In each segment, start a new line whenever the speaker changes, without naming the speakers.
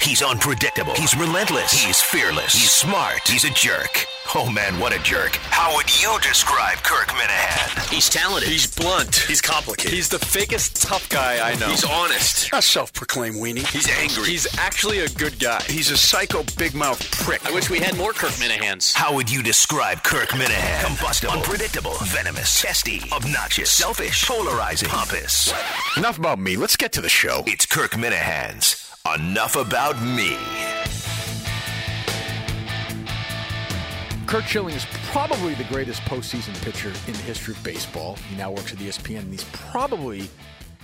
He's unpredictable. He's relentless. He's fearless. He's smart. He's a jerk. Oh man, what a jerk. How would you describe Kirk Minahan?
He's talented.
He's blunt.
He's complicated.
He's the fakest tough guy I know.
He's honest.
A self-proclaimed weenie.
He's angry.
He's actually a good guy.
He's a psycho big mouth prick.
I wish we had more Kirk Minahans.
How would you describe Kirk Minahan? Combustible, unpredictable, venomous, testy, obnoxious, selfish, polarizing, pompous.
Enough about me. Let's get to the show.
It's Kirk Minahan's Enough about me.
Kurt Schilling is probably the greatest postseason pitcher in the history of baseball. He now works at E ESPN, and he's probably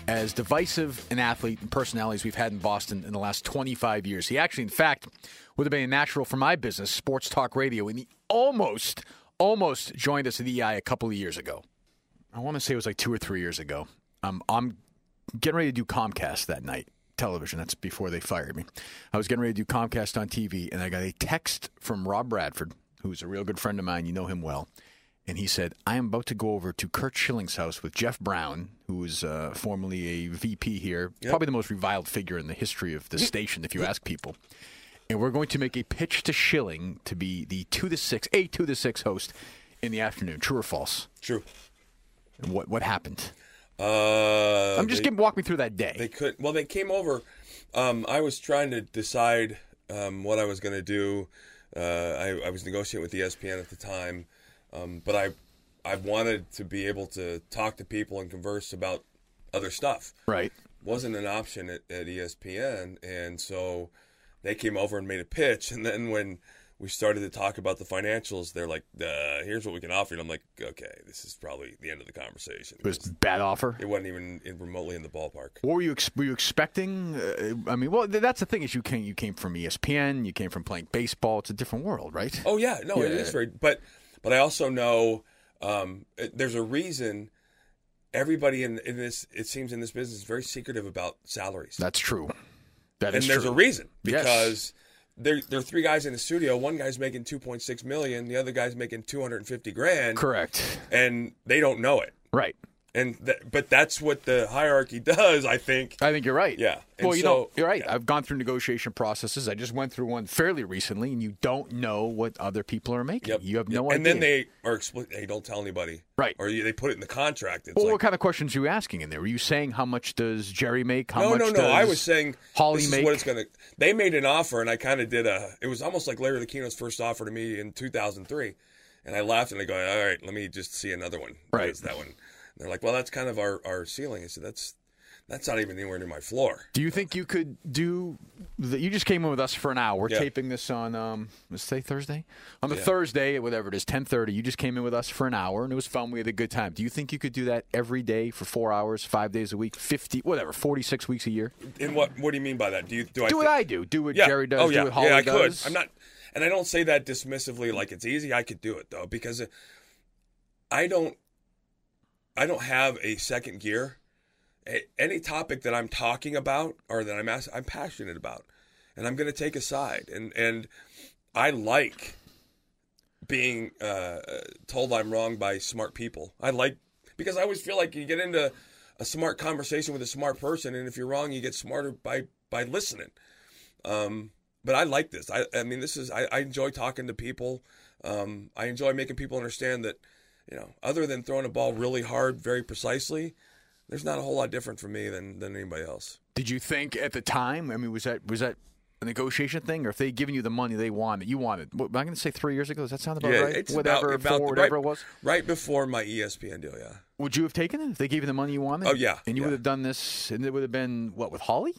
as divisive an athlete and personality as we've had in Boston in the last 25 years. He actually, in fact, would have been a natural for my business, Sports Talk Radio, and he almost, almost joined us at EI a couple of years ago. I want to say it was like two or three years ago. Um, I'm getting ready to do Comcast that night television. That's before they fired me. I was getting ready to do Comcast on TV, and I got a text from Rob Bradford, who's a real good friend of mine. You know him well. And he said, I am about to go over to Kurt Schilling's house with Jeff Brown, who is uh, formerly a VP here,
Yep.
probably the most reviled figure in the history of the station, if you ask people. And we're going to make a pitch to Schilling to be the two to six, a two to six host in the afternoon. True or false?
True.
And what what happened?
Uh,
I'm just
they,
giving walk me through that day.
They could. Well, they came over. Um, I was trying to decide um, what I was going to do. Uh, I, I was negotiating with E ESPN at the time, um, but I I wanted to be able to talk to people and converse about other stuff.
right.
Wasn't an option at, at E ESPN, and so they came over and made a pitch. And then when we started to talk about the financials, they're like, uh, "Here's what we can offer," and I'm like, "Okay, this is probably the end of the conversation."
It was bad offer.
It wasn't even in, remotely in the ballpark.
What were you ex- were you expecting? Uh, I mean, well, th- that's the thing is you came you came from E ESPN, you came from playing baseball. It's a different world, right?
Oh yeah, no, it
Yeah.
is very. But but I also know um, it- there's a reason everybody in, in this it seems in this business is very secretive about salaries,
That's true. That
and
is
there's
true.
a reason
Yes.
because. There, there are three guys in the studio. One guy's making 2.6 million. The other guy's making 250 grand,
correct,
and they don't know it.
right?
And th- but that's what the hierarchy does, I think.
I think you're right.
Yeah, and
Well, you
so-
know, you're right.
yeah.
I've gone through negotiation processes. I just went through one fairly recently, and you don't know what other people are making. You have no idea.
And then they are explicit. Hey, don't tell anybody.
Right.
Or you- they put it in the contract. It's
Well,
like,
what kind of questions were you asking in there? Were you saying how much does Jerry make? How
no,
much
no, no.
Does
I was saying
Holly
this
make?
is what it's gonna. They made an offer, and I kind of did a. It was almost like Larry Lucchino's first offer to me in 2003, and I laughed and I go, all right, let me just see another one.
Right.
It's that one. And they're like, well, that's kind of our our ceiling. I said, that's that's not even anywhere near my floor.
Do you think you could do that? You just came in with us for an hour. We're
Yeah.
taping this on um, let's say Thursday. On the Thursday, whatever it is, ten thirty. You just came in with us for an hour, and it was fun. We had a good time. Do you think you could do that every day for four hours, five days a week, fifty, whatever, forty six weeks a year?
And what what do you mean by that? Do you do I
do what
thi-
I do. Do what
yeah.
Jerry does.
Oh yeah.
Do what Holly
yeah, I
does.
could. I'm not, and I don't say that dismissively like it's easy. I could do it though because it- I don't, I don't have a second gear. A- any topic that I'm talking about or that I'm ask, I'm passionate about, and I'm going to take a side. And and I like being uh, uh, told I'm wrong by smart people. I like because I always feel like you get into a smart conversation with a smart person, and if you're wrong, you get smarter by by listening. Um, but I like this. I, I mean, this is I, I enjoy talking to people. Um, I enjoy making people understand that you know, other than throwing a ball really hard, very precisely, there's not a whole lot different for me than than anybody else.
Did you think at the time? I mean, was that was that a negotiation thing, or if they had given you the money they wanted, you wanted? What, am I going to say three years ago? Does that sound about right? whatever, four,
the-
whatever it
right,
was.
right before my E ESPN deal. Yeah,
Would you have taken it if they gave you the money you wanted?
Oh, yeah,
and you
yeah.
would have done this, and it would have been what with Holly?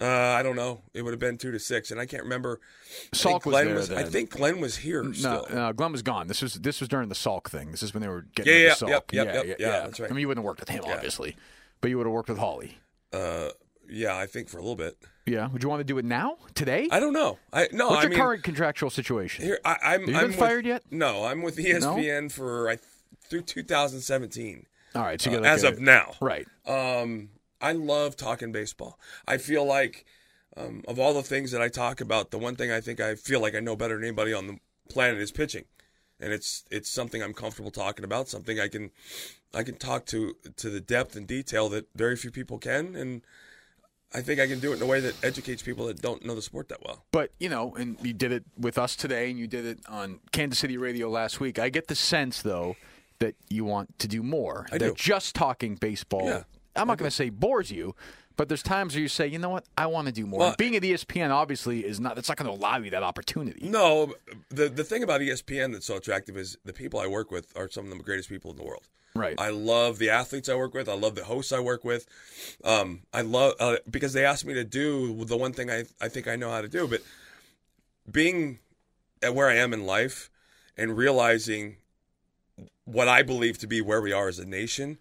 Uh, I don't know. It would have been two to six, and I can't remember. I think
Salk was
Glenn
there
I
then.
think Glenn was here.
No, uh,
still.
no, Glenn was gone. This was this was during the Salk thing. This is when they were getting
Yeah,
rid
yeah,
of Salk.
yep, yep, yep, yeah, that's right.
I mean, you wouldn't have worked with him, obviously, but you would have worked with Hawley.
Uh, yeah, I think for a little bit.
Yeah. Would you want to do it now, today?
I don't know. I no.
What's
I
your
mean,
current contractual situation?
here I, I'm.
Have you
I'm
been
with-
fired yet?
No, I'm with E ESPN for I through 2017.
All right. So you
uh,
got
as of now.
Right.
Um, I love talking baseball. I feel like um, of all the things that I talk about, the one thing I think I feel like I know better than anybody on the planet is pitching, and it's it's something I'm comfortable talking about. Something I can I can talk to to the depth and detail that very few people can, and I think I can do it in a way that educates people that don't know the sport that well.
But you know, and you did it with us today, and you did it on Kansas City radio last week. I get the sense though that you want to do more.
I
that
do.
just talking baseball.
Yeah,
I'm not going to say bores you, but there's times where you say, you know what, I want to do more.
Well-
And Being at E ESPN obviously is not. That's not going to allow you that opportunity.
No, the the thing about E ESPN that's so attractive is the people I work with are some of the greatest people in the world.
Right.
I love the athletes I work with. I love the hosts I work with. Um, I love uh, because they asked me to do the one thing I I think I know how to do. But being at where I am in life and realizing what I believe to be where we are as a nation,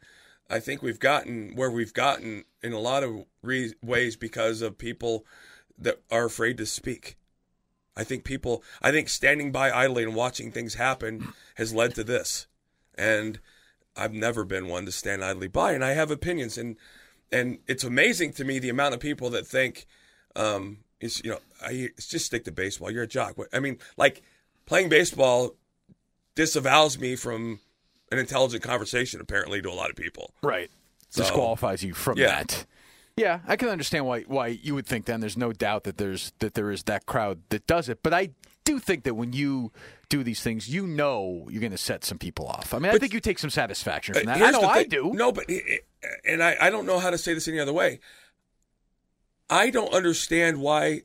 I think we've gotten where we've gotten in a lot of re- ways because of people that are afraid to speak. I think people, I think standing by idly and watching things happen has led to this. And I've never been one to stand idly by, and I have opinions, and and it's amazing to me the amount of people that think, um, it's you know, I it's just stick to baseball. You're a jock. What- I mean, like playing baseball disavows me from an intelligent conversation, apparently, to a lot of people.
Right. Disqualifies you from
Yeah.
that. Yeah, I can understand why why you would think then there's no doubt that there's that there is that crowd that does it. But I do think that when you do these things, you know you're going to set some people off. I mean, I think you take some satisfaction from that. I
Uh, Here's
know
the
I
thing.
do.
No, but eh, and I, I don't know how to say this any other way. I don't understand why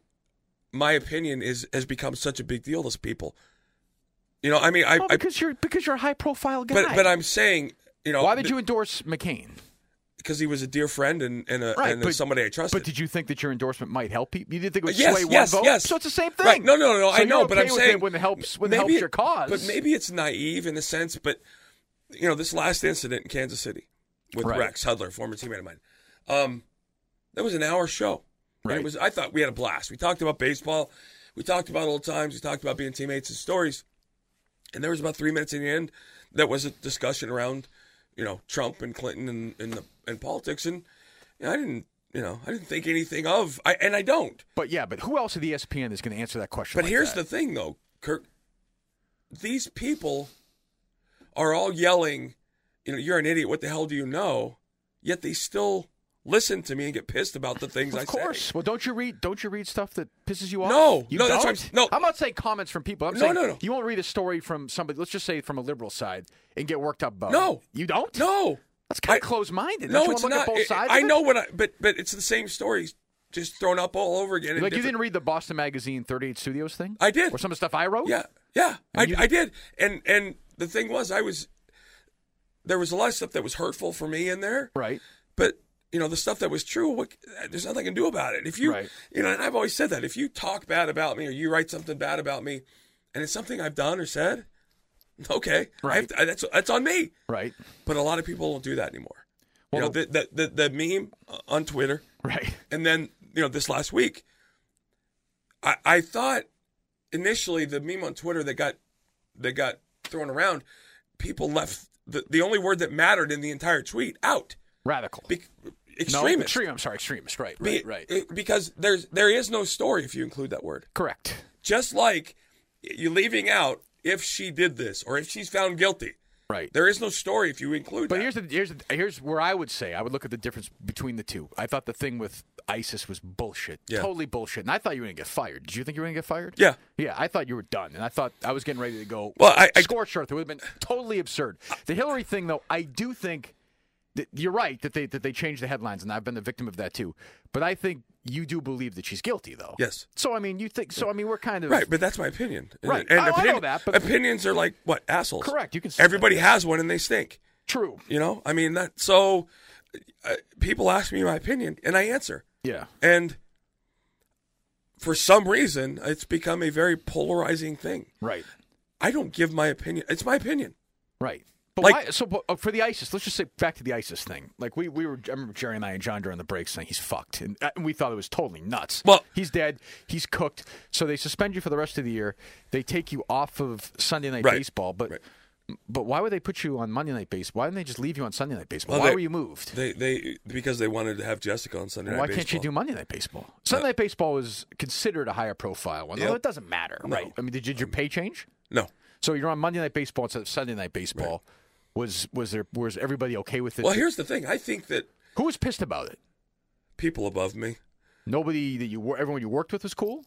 my opinion is has become such a big deal to people. You know, I mean, I,
Well,
I
because you're because you're a high profile guy.
but but I'm saying, you know,
why did you endorse McCain?
Because he was a dear friend and and, a,
Right,
and
but-
somebody I trusted.
But did you think that your endorsement might help people? You didn't think it would
Uh, yes,
sway
yes,
one vote.
yes.
So it's the same thing.
Right. No, no,
So
no. I
you're
know, but
okay
I'm
with it
saying
when it helps when it
maybe
helps
it-
your cause.
But maybe it's naive in the sense, but you know, this last incident in Kansas City with
Right.
Rex Hudler, former teammate of mine, um, that was an hour show. And
Right.
It was. I thought we had a blast. We talked about baseball. We talked about old times. We talked about being teammates and stories. And there was about three minutes in the end that was a discussion around, you know, Trump and Clinton and and, the, and politics. And you know, I didn't, you know, I didn't think anything of. I and I don't.
But yeah, but who else at ESPN is going to answer that question?
But
like
here's
that?
the thing, though, Kirk. These people are all yelling, you know, you're an idiot. What the hell do you know? Yet they still listen to me and get pissed about the things I
Of course.
say.
Well, don't you read? Don't you read stuff that pisses you off?
No,
you
no,
Don't?
that's what I'm- no.
I'm not saying comments from people. I'm
No,
saying
no, no.
You won't read a story from somebody. Let's just say from a liberal side and get worked up about.
No.
it. you don't.
No,
that's kind
I-
of closed-minded.
no,
do
it's
look
not.
At both
It-
sides
I
of it?
know what I, but but it's the same stories just thrown up all over again. in
Like you
different-
didn't read the Boston Magazine 38 Studios thing?
I did.
Or some of the stuff I wrote?
Yeah, yeah, I,
you-
I did, and and the thing was, I was there was a lot of stuff that was hurtful for me in there,
Right.
but you know the stuff that was true what, there's nothing i can do about it if you
Right.
you know and i've always said that if you talk bad about me or you write something bad about me and it's something i've done or said okay I have
Right.
to- that's that's on me
Right.
but a lot of people don't do that anymore
Well,
you know the, the the the meme on twitter
Right.
and then you know this last week i i thought initially the meme on twitter that got that got thrown around people left the, the only word that mattered in the entire tweet out
Radical.
Be-
no,
extremist
extreme. I'm sorry, extremist. Right.
be-
Right. Right.
it- because there's there is no story if you include that word.
Correct.
Just like you leaving out if she did this or if she's found guilty.
Right.
There is no story if you include
But
that.
here's the here's the, here's where I would say I would look at the difference between the two. I thought the thing with ISIS was bullshit,
Yeah.
totally bullshit, and I thought you were gonna get fired. Did you think you were gonna get fired?
Yeah.
yeah. I thought you were done, and I thought I was getting ready to go.
Well, I- I-
scorched earth. It would have been totally absurd. The Hillary thing, though, I do think that you're right that they that they changed the headlines, and I've been the victim of that too. But I think you do believe that she's guilty, though.
Yes.
So I mean, you think so? I mean, we're kind of
right, but that's my opinion.
Right. Oh,
And
I- I know
opinion-
that, but-
opinions are like what assholes.
Correct, you can say
Everybody has one and they stink.
true.
You know, I mean that. So uh, people ask me my opinion and I answer.
Yeah.
And for some reason, it's become a very polarizing thing.
Right.
I don't give my opinion. It's my opinion.
Right. But
Like-
why, so but, uh, for the ISIS, let's just say back to the ISIS thing. Like we, we were, I remember Jerry and I and John during the break saying he's fucked, and, uh, and we thought it was totally nuts.
Well-
he's dead, he's cooked. So they suspend you for the rest of the year. They take you off of Sunday night
Right.
baseball, but
Right.
but why would they put you on Monday night baseball? Why didn't they just leave you on Sunday night baseball?
Well,
why
they-
were you moved?
They they because they wanted to have Jessica on Sunday
why
night.
can't you
Baseball.
do Monday night baseball? Sunday night baseball is considered a higher profile one. Although it doesn't matter, right? I mean, did,
Um,
did your pay change?
No.
So you're on Monday night baseball instead of Sunday night baseball. Was was there was everybody okay with it?
Well, here's the thing. I think that
Who was pissed about it?
people above me.
Nobody that you wor- everyone you worked with was cool.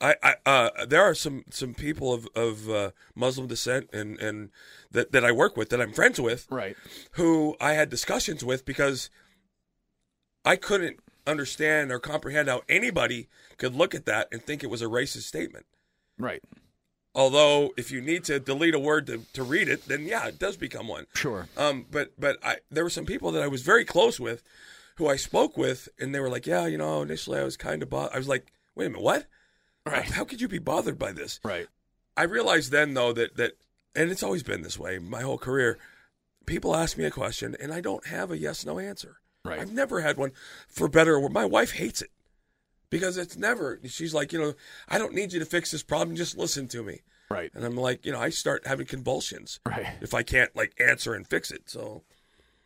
I, I uh, there are some some people of of uh, Muslim descent and and that that I work with that I'm friends with
Right.
who I had discussions with because I couldn't understand or comprehend how anybody could look at that and think it was a racist statement.
Right.
Although if you need to delete a word to, to read it, then yeah, it does become one.
Sure.
Um, but but I there were some people that I was very close with, who I spoke with, and they were like, yeah, you know, initially I was kind of bothered. I was like, wait a minute, what?
Right.
How could you be bothered by this?
Right.
I realized then though that that and it's always been this way my whole career. People ask me a question and I don't have a yes no answer.
Right.
I've never had one for better or worse. My wife hates it because it's never she's like, you know, I don't need you to fix this problem, just listen to me.
Right.
And I'm like, you know, I start having convulsions
Right.
if I can't like answer and fix it. So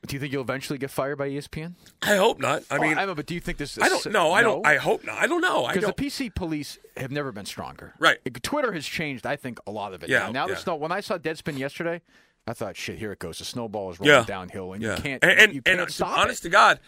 Do you think you'll eventually get fired by E ESPN?
I hope not. I
Oh,
mean,
I know, but do you think this? Is,
I don't know. I don't I hope not. I don't know. I
because the
don't
PC police have never been stronger.
Right.
Twitter has changed. I think a lot of it.
Yeah,
Now, now the
yeah.
snow. When I saw Deadspin yesterday, I thought, shit, here it goes. The snowball is rolling downhill, and
yeah.
you can't.
And and,
you can't
and to-
stop
honest to God,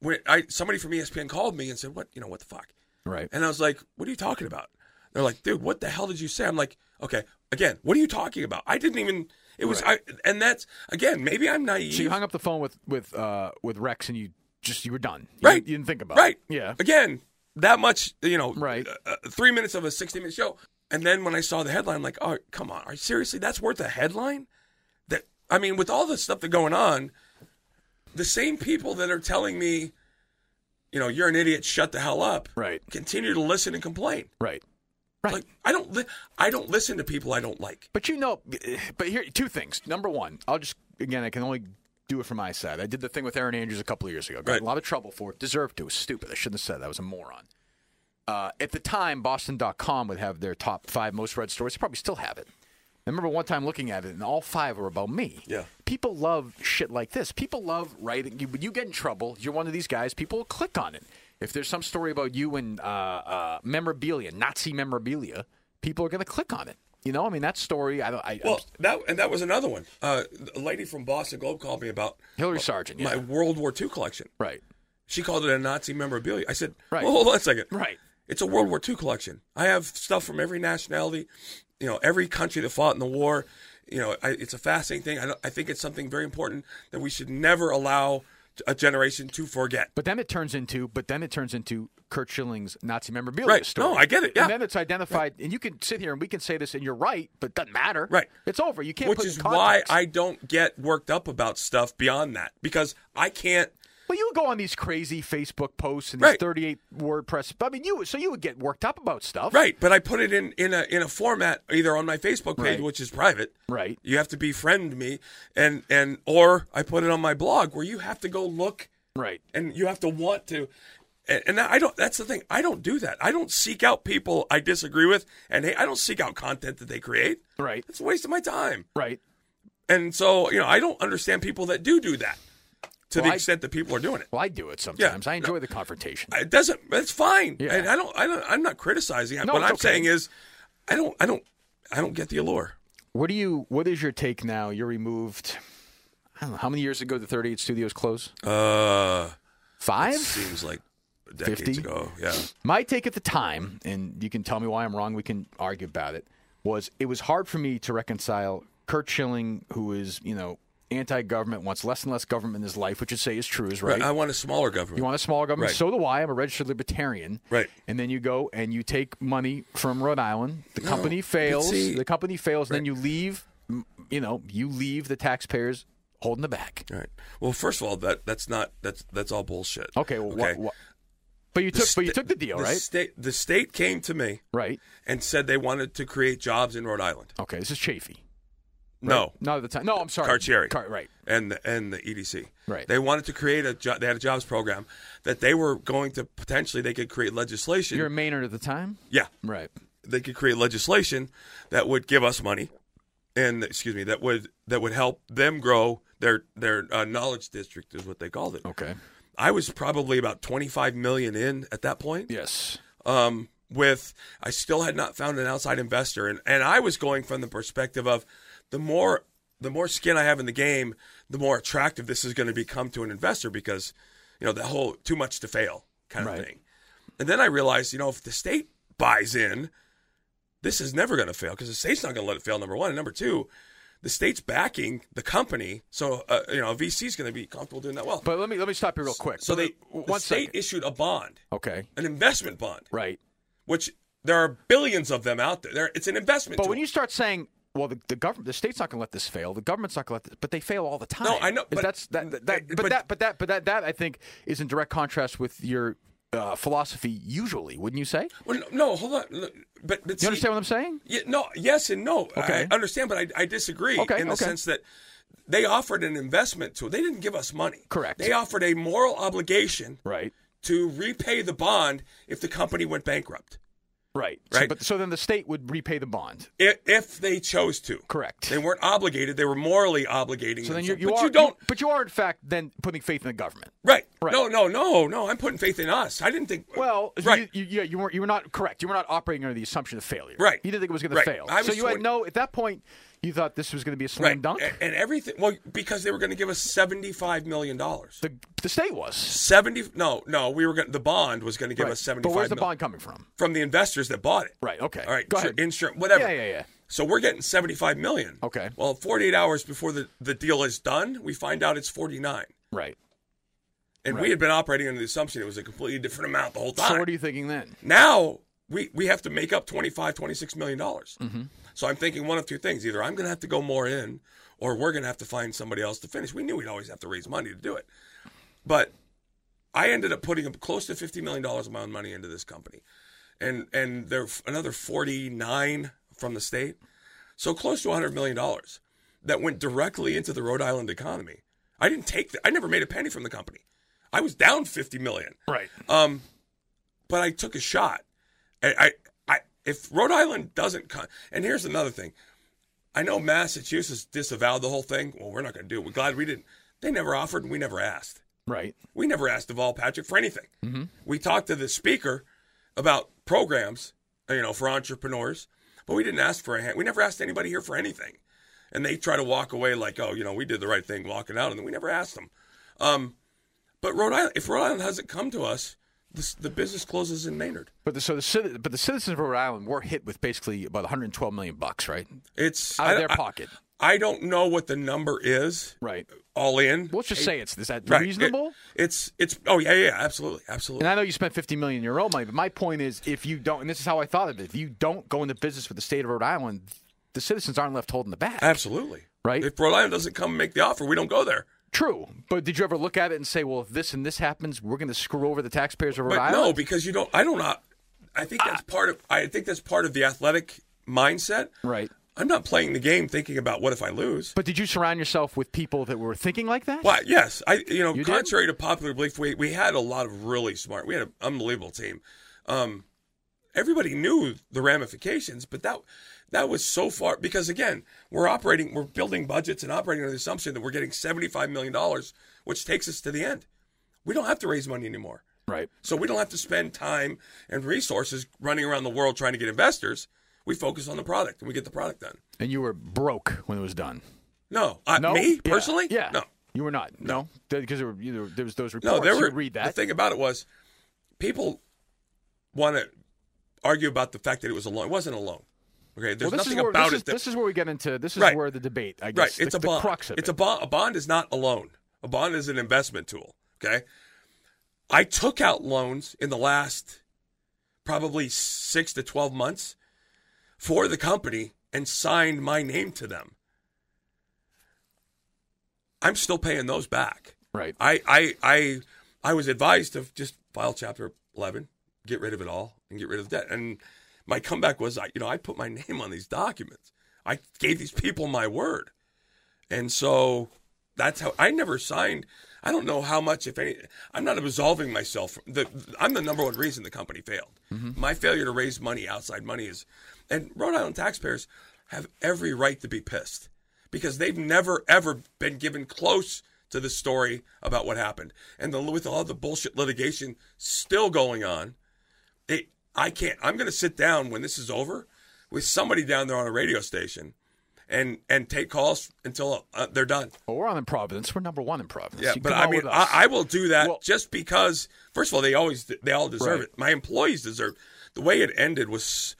when I somebody from E ESPN called me and said, "What you know? What the fuck?"
it. Right.
And I was like, "What are you talking about?" They're like, "Dude, what the hell did you say?" I'm like, "Okay, again, what are you talking about?" I didn't even. It was I, and that's again. Maybe I'm naive.
So you hung up the phone with with uh, with Rex, and you just you were done. You
right?
didn't- You didn't think about
right.
it. Yeah.
Again, that much. You know.
Right.
Uh, uh, three minutes of a 60 minute show, and then when I saw the headline, I'm like, "Oh, come on! Are you- seriously? That's worth a headline?" That I mean, with all the stuff that's going on, the same people that are telling me, you know, you're an idiot, shut the hell up,
Right.
continue to listen and complain.
Right. Right.
Like I don't li- I don't listen to people I don't like.
But you know, but here two things. Number one, I'll just again, I can only do it from my side. I did the thing with Aaron Andrews a couple of years ago. Got in
Right.
a lot of trouble for it. Deserved to. It was stupid. I shouldn't have said that. I was a moron. Uh, at the time, Boston.com would have their top five most read stories. They probably still have it. I remember one time looking at it, and all five were about me.
Yeah.
People love shit like this. People love writing. You, when you get in trouble, you're one of these guys. People will click on it. If there's some story about you and uh, uh, memorabilia, Nazi memorabilia, people are going to click on it. You know, I mean, that story. I don't. I,
Well, that and that was another one. Uh, a lady from Boston Globe called me about
Hillary Sargent. Yeah.
my World War II collection.
right.
She called it a Nazi memorabilia. I said,
Right.
well, hold on a second.
Right.
It's a World War II collection. I have stuff from every nationality, you know, every country that fought in the war. You know, I, it's a fascinating thing. I, don't- I think it's something very important that we should never allow a generation to forget.
But then it turns into, but then it turns into Kurt Schilling's Nazi memorabilia
Right.
story.
No, I get it. Yeah.
And then it's identified, and you can sit here and we can say this, and you're right, but it doesn't matter.
Right.
It's over. You can't.
Which
put it
is
in
why
context.
I don't get worked up about stuff beyond that because I can't.
Well, you would go on these crazy Facebook posts and these
Right.
38 WordPress. I mean, you so you would get worked up about stuff.
Right, but I put it in in a in a format either on my Facebook page,
Right.
which is private.
Right.
You have to befriend me, and and or I put it on my blog where you have to go look
Right.
and you have to want to. And, and I don't. That's the thing. I don't do that. I don't seek out people I disagree with, and hey, I don't seek out content that they create.
Right.
It's a waste of my time.
Right.
And so you know, I don't understand people that do do that to
Well,
the
I-
extent that people are doing it.
Well, I do it sometimes. I enjoy the confrontation.
It doesn't. That's fine.
Yeah.
And I don't. I don't. I'm not criticizing. it.
No,
what
it's
I'm
okay.
saying is, I don't. I don't. I don't get the allure.
what do you? What is your take now? You're removed. I don't know how many years ago the 38 studios closed.
Uh,
Five.
seems like decades
50?
ago. Yeah.
My take at the time, and you can tell me why I'm wrong. We can argue about it. Was it was hard for me to reconcile Kurt Schilling, who is you know anti-government, wants less and less government in his life, which you say is true, is right.
I want a smaller government.
You want a smaller government?
Right.
So do I. I'm a registered libertarian.
Right.
And then you go and you take money from Rhode Island. The company fails.
see-
the company fails. Then you leave. m- You know, you leave the taxpayers holding the bag.
all right. Well, first of all, that that's not that's that's all bullshit.
Okay. Well, wha- wha- But you
The
took, but you
sta-
took the deal, right?
State, the state came to me
right.
and said they wanted to create jobs in Rhode Island.
Okay, this is Chafee.
No,
Not at the time. No, I'm sorry.
Cartieri.
Car- right.
and the, and the EDC.
Right.
They wanted to create a job. They had a jobs program that they were going to potentially they could create legislation.
You're a Maynard at the time.
yeah,
Right.
they could create legislation that would give us money, and excuse me, that would that would help them grow their their uh, knowledge district is what they called it.
Okay.
I was probably about twenty five million in at that point.
Yes.
Um, with I still had not found an outside investor, and and I was going from the perspective of the more the more skin I have in the game, the more attractive this is going to become to an investor because you know the whole too much to fail kind of
Right.
thing. And then I realized, you know, if the state buys in, this is never going to fail because the state's not going to let it fail. Number one, and number two. The state's backing the company, so uh, you know a VC is going to be comfortable doing that well.
But let me let me stop you real quick.
so they,
W-
the
one
state
second.
issued a bond,
okay.
an investment bond
Right.
which there are billions of them out there. there it's an investment.
But
tool.
when you start saying, well, the, the government, the state's not going to let this fail. The government's not going to let this, but they fail all the time.
I know,
Is
but-
that's that, that, that-
but-
but, that, but that, but that, that I think is in direct contrast with your uh, philosophy. Usually, wouldn't you say?
Well, no, hold on. Look, But, but
You understand what I'm saying?
Yeah, no, yes and no.
Okay.
I understand, but I, I disagree
Okay,
in the
okay.
sense that they offered an investment tool. They didn't give us money.
Correct.
They offered a moral obligation
Right.
to repay the bond if the company went bankrupt,
Right. So,
Right.
but so then the state would repay the bond.
if, if they chose to.
Correct.
They weren't obligated. They were morally obligating.
so then you,
themselves.
you
but
are,
you don't.
but you are in fact then putting faith in the government.
right.
Right.
No. No. No. No. I'm putting faith in us. I didn't think.
Well,
Right.
You, you, yeah, you weren't. You were not correct. You were not operating under the assumption of failure.
Right.
You didn't think it was going
Right.
to fail.
I
so
was
you had
twen-
no. At that point, you thought this was going to be a slam dunk.
A- and everything. Well, because they were going to give us seventy-five million dollars.
The the state was.
Seventy? No, no. We were going. The bond was going to give
Right.
us seventy-five
But where's the
mil-
bond coming from?
from the investors that bought it?
Right. Okay.
All right.
Go
insur-
ahead.
Insurance, whatever.
Yeah, yeah, yeah.
So we're getting seventy-five million.
Okay.
Well, forty-eight hours before the the deal is done, we find out it's forty-nine,
Right.
and we
Right.
had been operating under the assumption it was a completely different amount the whole time.
So what are you thinking then?
now we we have to make up 25 26 million dollars so i'm thinking one of two things either i'm going to have to go more in or we're going to have to find somebody else to finish we knew we'd always have to raise money to do it but i ended up putting up close to 50 million dollars of my own money into this company and and there another 49 from the state so close to 100 million dollars that went directly into the rhode island economy i didn't take the, i never made a penny from the company i was down 50 million
Right.
um, but I took a shot. And I, I, if Rhode Island doesn't come, and here's another thing, I know Massachusetts disavowed the whole thing. Well, we're not going to do it. We're glad we didn't. They never offered, and we never asked.
Right.
We never asked Deval Patrick for anything.
Mm-hmm.
We talked to the speaker about programs, you know, for entrepreneurs, but we didn't ask for a hand. We never asked anybody here for anything. And they try to walk away like, oh, you know, we did the right thing walking out, and we never asked them. Um, but Rhode Island, if Rhode Island hasn't come to us, this, the business closes in Maynard.
But the, so the citi- but the citizens of Rhode Island were hit with basically about 112 million bucks, right,
It's
out of
I don't-
their
I-
pocket.
I, don't know what the number is
Right.
all in.
Well, let's just say it's is that
Right. It-
reasonable?
it's it's oh yeah yeah absolutely absolutely.
And I know you spent 50 million in your own money, but my point is, if you don't, and this is how I thought of it, if you don't go into business with the state of Rhode Island, the citizens aren't left holding the bag.
Absolutely.
Right?
If Rhode Island doesn't come and make the offer, we don't go there.
True, but did you ever look at it and say, well, if this and this happens, we're going to screw over the taxpayers of Rhode
But no,
Island? Ah.
because you don't. I don't not. I think that's part of. I think that's part of the athletic mindset.
Right.
I'm not playing the game thinking about what if I lose.
But did you surround yourself with people that were thinking like that?
Well, yes, I you know,
You did?
contrary to popular belief, we we had a lot of really smart. We had an unbelievable team. Um, everybody knew the ramifications, but that that was so far because again, we're operating, we're building budgets and operating on the assumption that we're getting seventy five million dollars, which takes us to the end. We don't have to raise money anymore.
Right.
So we don't have to spend time and resources running around the world trying to get investors. We focus on the product and we get the product done.
And you were broke when it was done.
No, I,
No,
Uh, me
Yeah.
personally,
yeah.
no,
you were not. No, because there, were, you know, there was those reports.
no. There
You
were
could read
The
that.
thing about it was, people want to argue about the fact that it was a loan. It wasn't a loan. Okay,
well,
there's
this is
nothing
where,
about
this
it.
is-
that,
this is where we get into. This is
Right.
where the debate. I guess
right,
the-
it's a
the
bond.
crux of
it's
it.
a bond. A bond is not a loan. A bond is an investment tool. Okay, I took out loans in the last probably six to twelve months for the company and signed my name to them. I'm still paying those back.
right.
I I I I was advised to just file Chapter Levin, get rid of it all and get rid of the debt. And my comeback was, I, you know, I put my name on these documents. I gave these people my word. And so that's how I never signed. I don't know how much, if any, I'm not absolving myself. From the, I'm the number one reason the company failed. My failure to raise money, outside money, is, and Rhode Island taxpayers have every right to be pissed because they've never ever been given close to the story about what happened. And the, with all the bullshit litigation still going on, it, I can't. I'm going to sit down when this is over with somebody down there on a radio station and and take calls until uh, they're done.
Well, we're on in Providence. We're number one in Providence.
Yeah,
You
but
come
I
out
mean,
with
I,
us.
I will do that
Well-
just because. First of all, they always they all deserve
Right.
it. My employees deserve. The way it ended was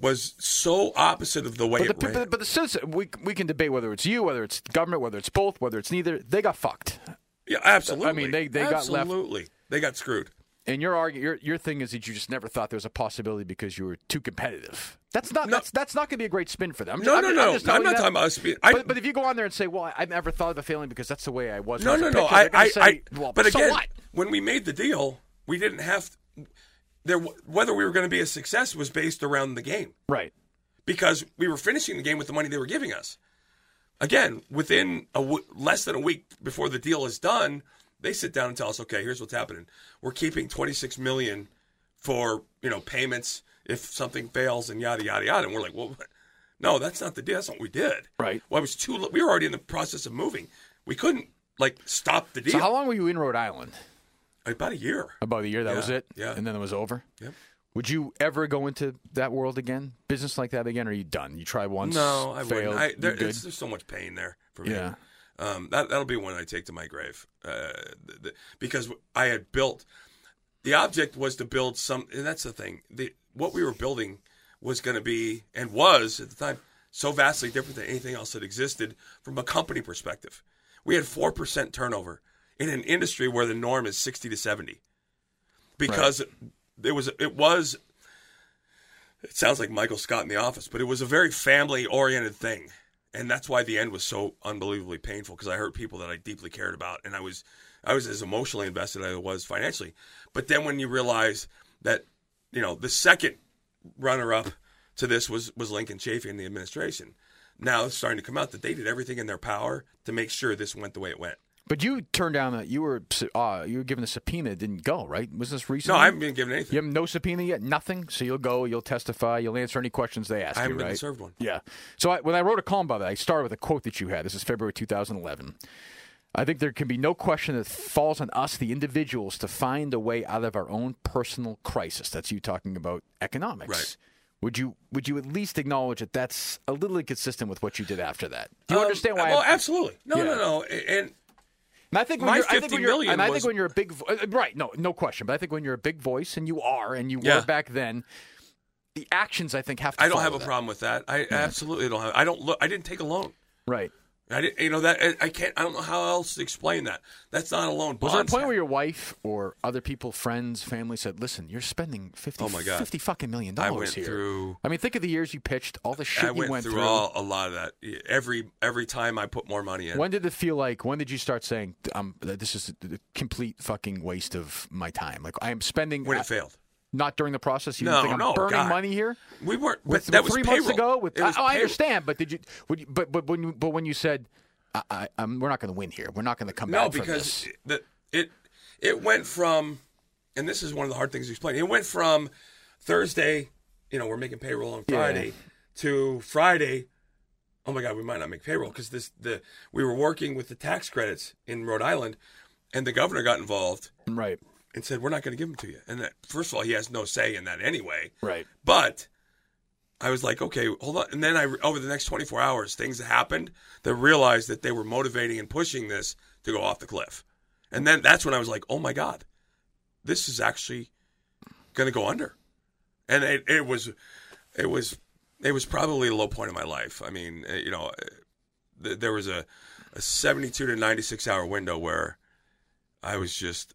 was so opposite of the way
But the,
it ran.
but, but the citizen, we, we can debate whether it's you, whether it's the government, whether it's both, whether it's neither. They got fucked.
yeah, absolutely.
they- they got left-
absolutely they got screwed.
And your argu your your thing is that you just never thought there was a possibility because you were too competitive. That's not that's that's not going to be a great spin for them. I'm
No,
ju-
no,
I'm,
no.
I'm, just telling
I'm
you
not
that.
talking about us being- I-
but, but if you go on there and say, "Well, I, I never thought of a failing because that's the way I was," when
No,
was a
no, no.
pitcher,"
I,
they're gonna
I,
say,
I
well,
but
so
again,
what?
when we made the deal, we didn't have there. Whether we were going to be a success was based around the game
right?
because we were finishing the game with the money they were giving us. Again, within a w- less than a week before the deal is done, they sit down and tell us, "Okay, here's what's happening. We're keeping 26 million for you know payments if something fails and yada yada yada." And we're like, "Well, what? no, that's not the deal. That's not what we did.
Right.
Well, it was too. li- We were already in the process of moving. We couldn't like stop the deal.
So how long were you in Rhode Island?
About a year.
About a year. That
Yeah,
was it.
yeah.
and then it was over.
Yep.
Would you ever go into that world again, business like that again? Or are you done? You try once,
No, I
failed,
wouldn't. I,
you
there,
good?
it's, there's so much pain there for me.
Yeah.
Um, that that'll be one I take to my grave, uh, th- th- because I had built. The object was to build some, and that's the thing. The what we were building was going to be and was at the time so vastly different than anything else that existed from a company perspective. We had four percent turnover in an industry where the norm is sixty to seventy, because it was it was it sounds like Michael Scott in The Office, but it was a very family oriented thing. And that's why the end was so unbelievably painful because I hurt people that I deeply cared about. And I was, I was as emotionally invested as I was financially. But then when you realize that, you know, the second runner up to this was, was Lincoln Chafee and the administration. Now it's starting to come out that they did everything in their power to make sure this went the way it went.
But you turned down that you were su- uh, you were given a subpoena, it didn't go right. Was this recent?
No, I haven't been given anything.
You have no subpoena yet, nothing. So you'll go, you'll testify, you'll answer any questions they ask
I haven't
you,
been
right?
served one.
Yeah. So I, when I wrote a column about that, I started with a quote that you had. This is February 2011. I think there can be no question that it falls on us, the individuals, to find a way out of our own personal crisis. That's you talking about economics.
Right.
Would you would you at least acknowledge that that's a little inconsistent with what you did after that? Do you
Um,
understand why?
Well,
I,
absolutely. No,
Yeah.
no, no. And
and I think when
My
you're, I think
50
when you're,
million
and I think
was-
when you're a big, vo- uh, right? No, no question. But I think when you're a big voice, and you are, and you
Yeah.
were back then, the actions I think have to.
I don't
follow
have a
that.
problem with that. I absolutely don't have. I don't look. I didn't take a loan.
Right.
I didn't, you know that I- I can't. I don't know how else to explain that. That's not a loan.
Was there a
Bonds
point
have-
where your wife or other people, friends, family said, "Listen, you're spending 50,
Oh, my God.
50 fucking million
I
dollars
went
here."
through-
I mean, think of the years you pitched, all the shit
I went,
you went
through, all, a lot of that? Every every time I put more money in.
When did it feel like? When did you start saying, um, "This is a complete fucking waste of my time"? Like I am spending
When
I-
it failed,
not during the process. You
No,
didn't think I'm
no,
burning
God.
money here.
we weren't. But
with,
that
with
was
three
payroll.
months ago. With
It
I,
was
oh, I
payroll.
understand, but did you? Would you but but when you but when you said, I, I, I'm, "We're not going to win here. We're not going to come
No,
back from
because
this."
it- the, it it went from, and this is one of the hard things to explain. It went from Thursday, you know, we're making payroll on
Yeah.
Friday, to Friday. Oh my God, we might not make payroll because this the we were working with the tax credits in Rhode Island, and the governor got involved
right,
and said we're not going to give them to you. And that, first of all, he has no say in that anyway.
right.
But I was like, okay, hold on. And then I, over the next 24 hours, things happened that realized that they were motivating and pushing this to go off the cliff. And then that's when I was like, oh my God, this is actually going to go under. And it, it was, it was, it was probably a low point in my life. I mean, eh, you know, eh, th- there was a, a 72 to 96 hour window where I was just,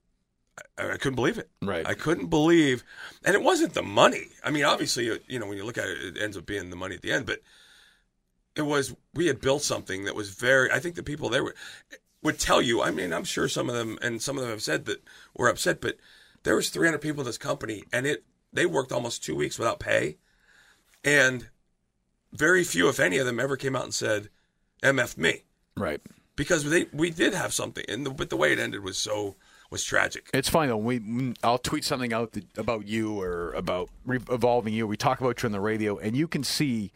I, I couldn't believe it.
Right.
I couldn't believe, and it wasn't the money. I mean, obviously, you know, when you look at it, it ends up being the money at the end, but it was, we had built something that was very, I think the people there were, would tell you, I mean, I'm sure some of them, and some of them have said that were upset, but There was 300 people in this company, and it they worked almost two weeks without pay, and very few, if any, of them ever came out and said, "MF me,"
Right.
because they we did have something, and the, but the way it ended was so was tragic.
It's fine though. We, mm, I'll tweet something out that, about you or about re- evolving you. We talk about you on the radio, and you can see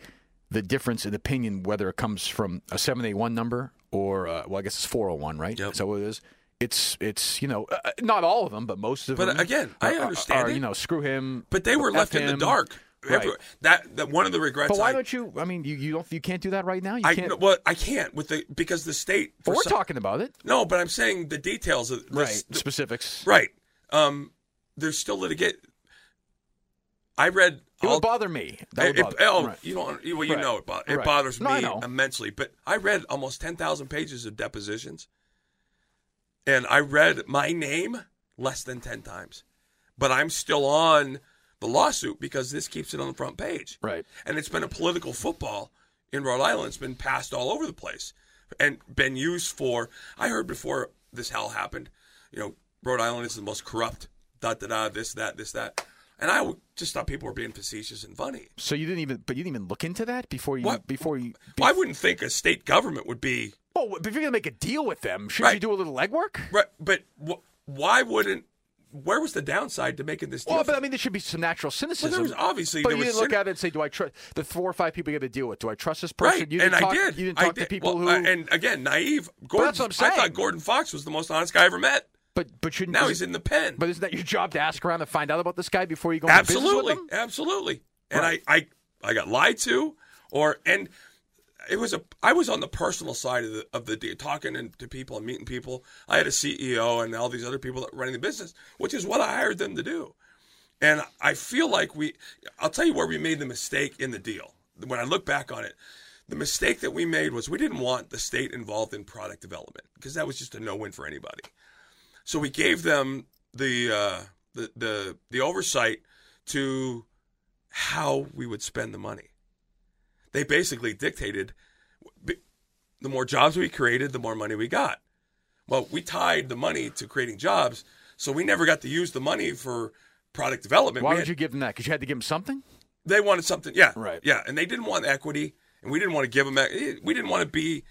the difference in opinion whether it comes from a seven eight one number or uh, well, I guess it's four hundred one, right?
Yep.
So it is. It's it's you know uh, uh, not all of them, but most of
But
them.
again, I
are- are-
understand
Are,
it.
you know, screw him.
But they were
F
left in the
him.
dark.
Right.
Every- That that one of the regrets.
But why
I,
don't you? I mean, you, you don't you can't do that right now. You
I
can't.
no, well, I can't with the because the state.
but
for
we're
some-
talking about it,
No, but I'm saying the details of this,
right? Specifics.
Right. Um, there's still litigate. I read.
It
all-
would bother me. That would
it-
bother.
oh,
right.
you don't. Well, you
Right.
know it. Bo- it
Right.
bothers
No, I
me
know.
immensely. But I read almost ten thousand pages of depositions, and I read my name less than ten times. But I'm still on the lawsuit because this keeps it on the front page
Right.
and it's been a political football in Rhode Island. It's been passed all over the place and been used for. I heard before this hell happened, you know, Rhode Island is the most corrupt. Da da da. This that this that, and I would- just thought people were being facetious and funny.
So you didn't even, but you didn't even look into that before you
What?
before you.
Well, I wouldn't think a state government would be
Well, but if you're gonna make a deal with them, shouldn't you
Right.
do a little legwork?
right, but wh- why wouldn't? Where was the downside to making this deal?
Well, but
for-
I mean, there should be some natural cynicism.
was obviously-
but
there
you
was
didn't look
cyni-
at it and say, "Do I trust the four or five people you got to deal with? Do I trust this person?"
Right,
You
and
didn't talk,
I did.
You didn't
I
talk to
did.
people
Well,
who.
uh, and again, naive. Gordon,
that's what I'm
I
saying.
thought Gordon Fox was the most honest guy I ever met.
but but shouldn't
Now
is
he's
it-
in the pen.
But isn't that your job to ask around and find out about this guy before you go into business with
absolutely
them?
absolutely and I, I i got lied to or and it was a i was on the personal side of the of the deal talking and, to people and meeting people i had a ceo and all these other people that were running the business which is what i hired them to do and i feel like we i'll tell you where we made the mistake in the deal when i look back on it the mistake that we made was we didn't want the state involved in product development because that was just a no-win for anybody so we gave them the uh, the, the the oversight to how we would spend the money. They basically dictated b- the more jobs we created, the more money we got. Well, we tied the money to creating jobs, so we never got to use the money for product development.
Why
We
would
had-
you give them that? Because you had to give them something.
they wanted something, yeah,
Right.
yeah, and they didn't want equity, and we didn't want to give them. equ- We didn't want to be,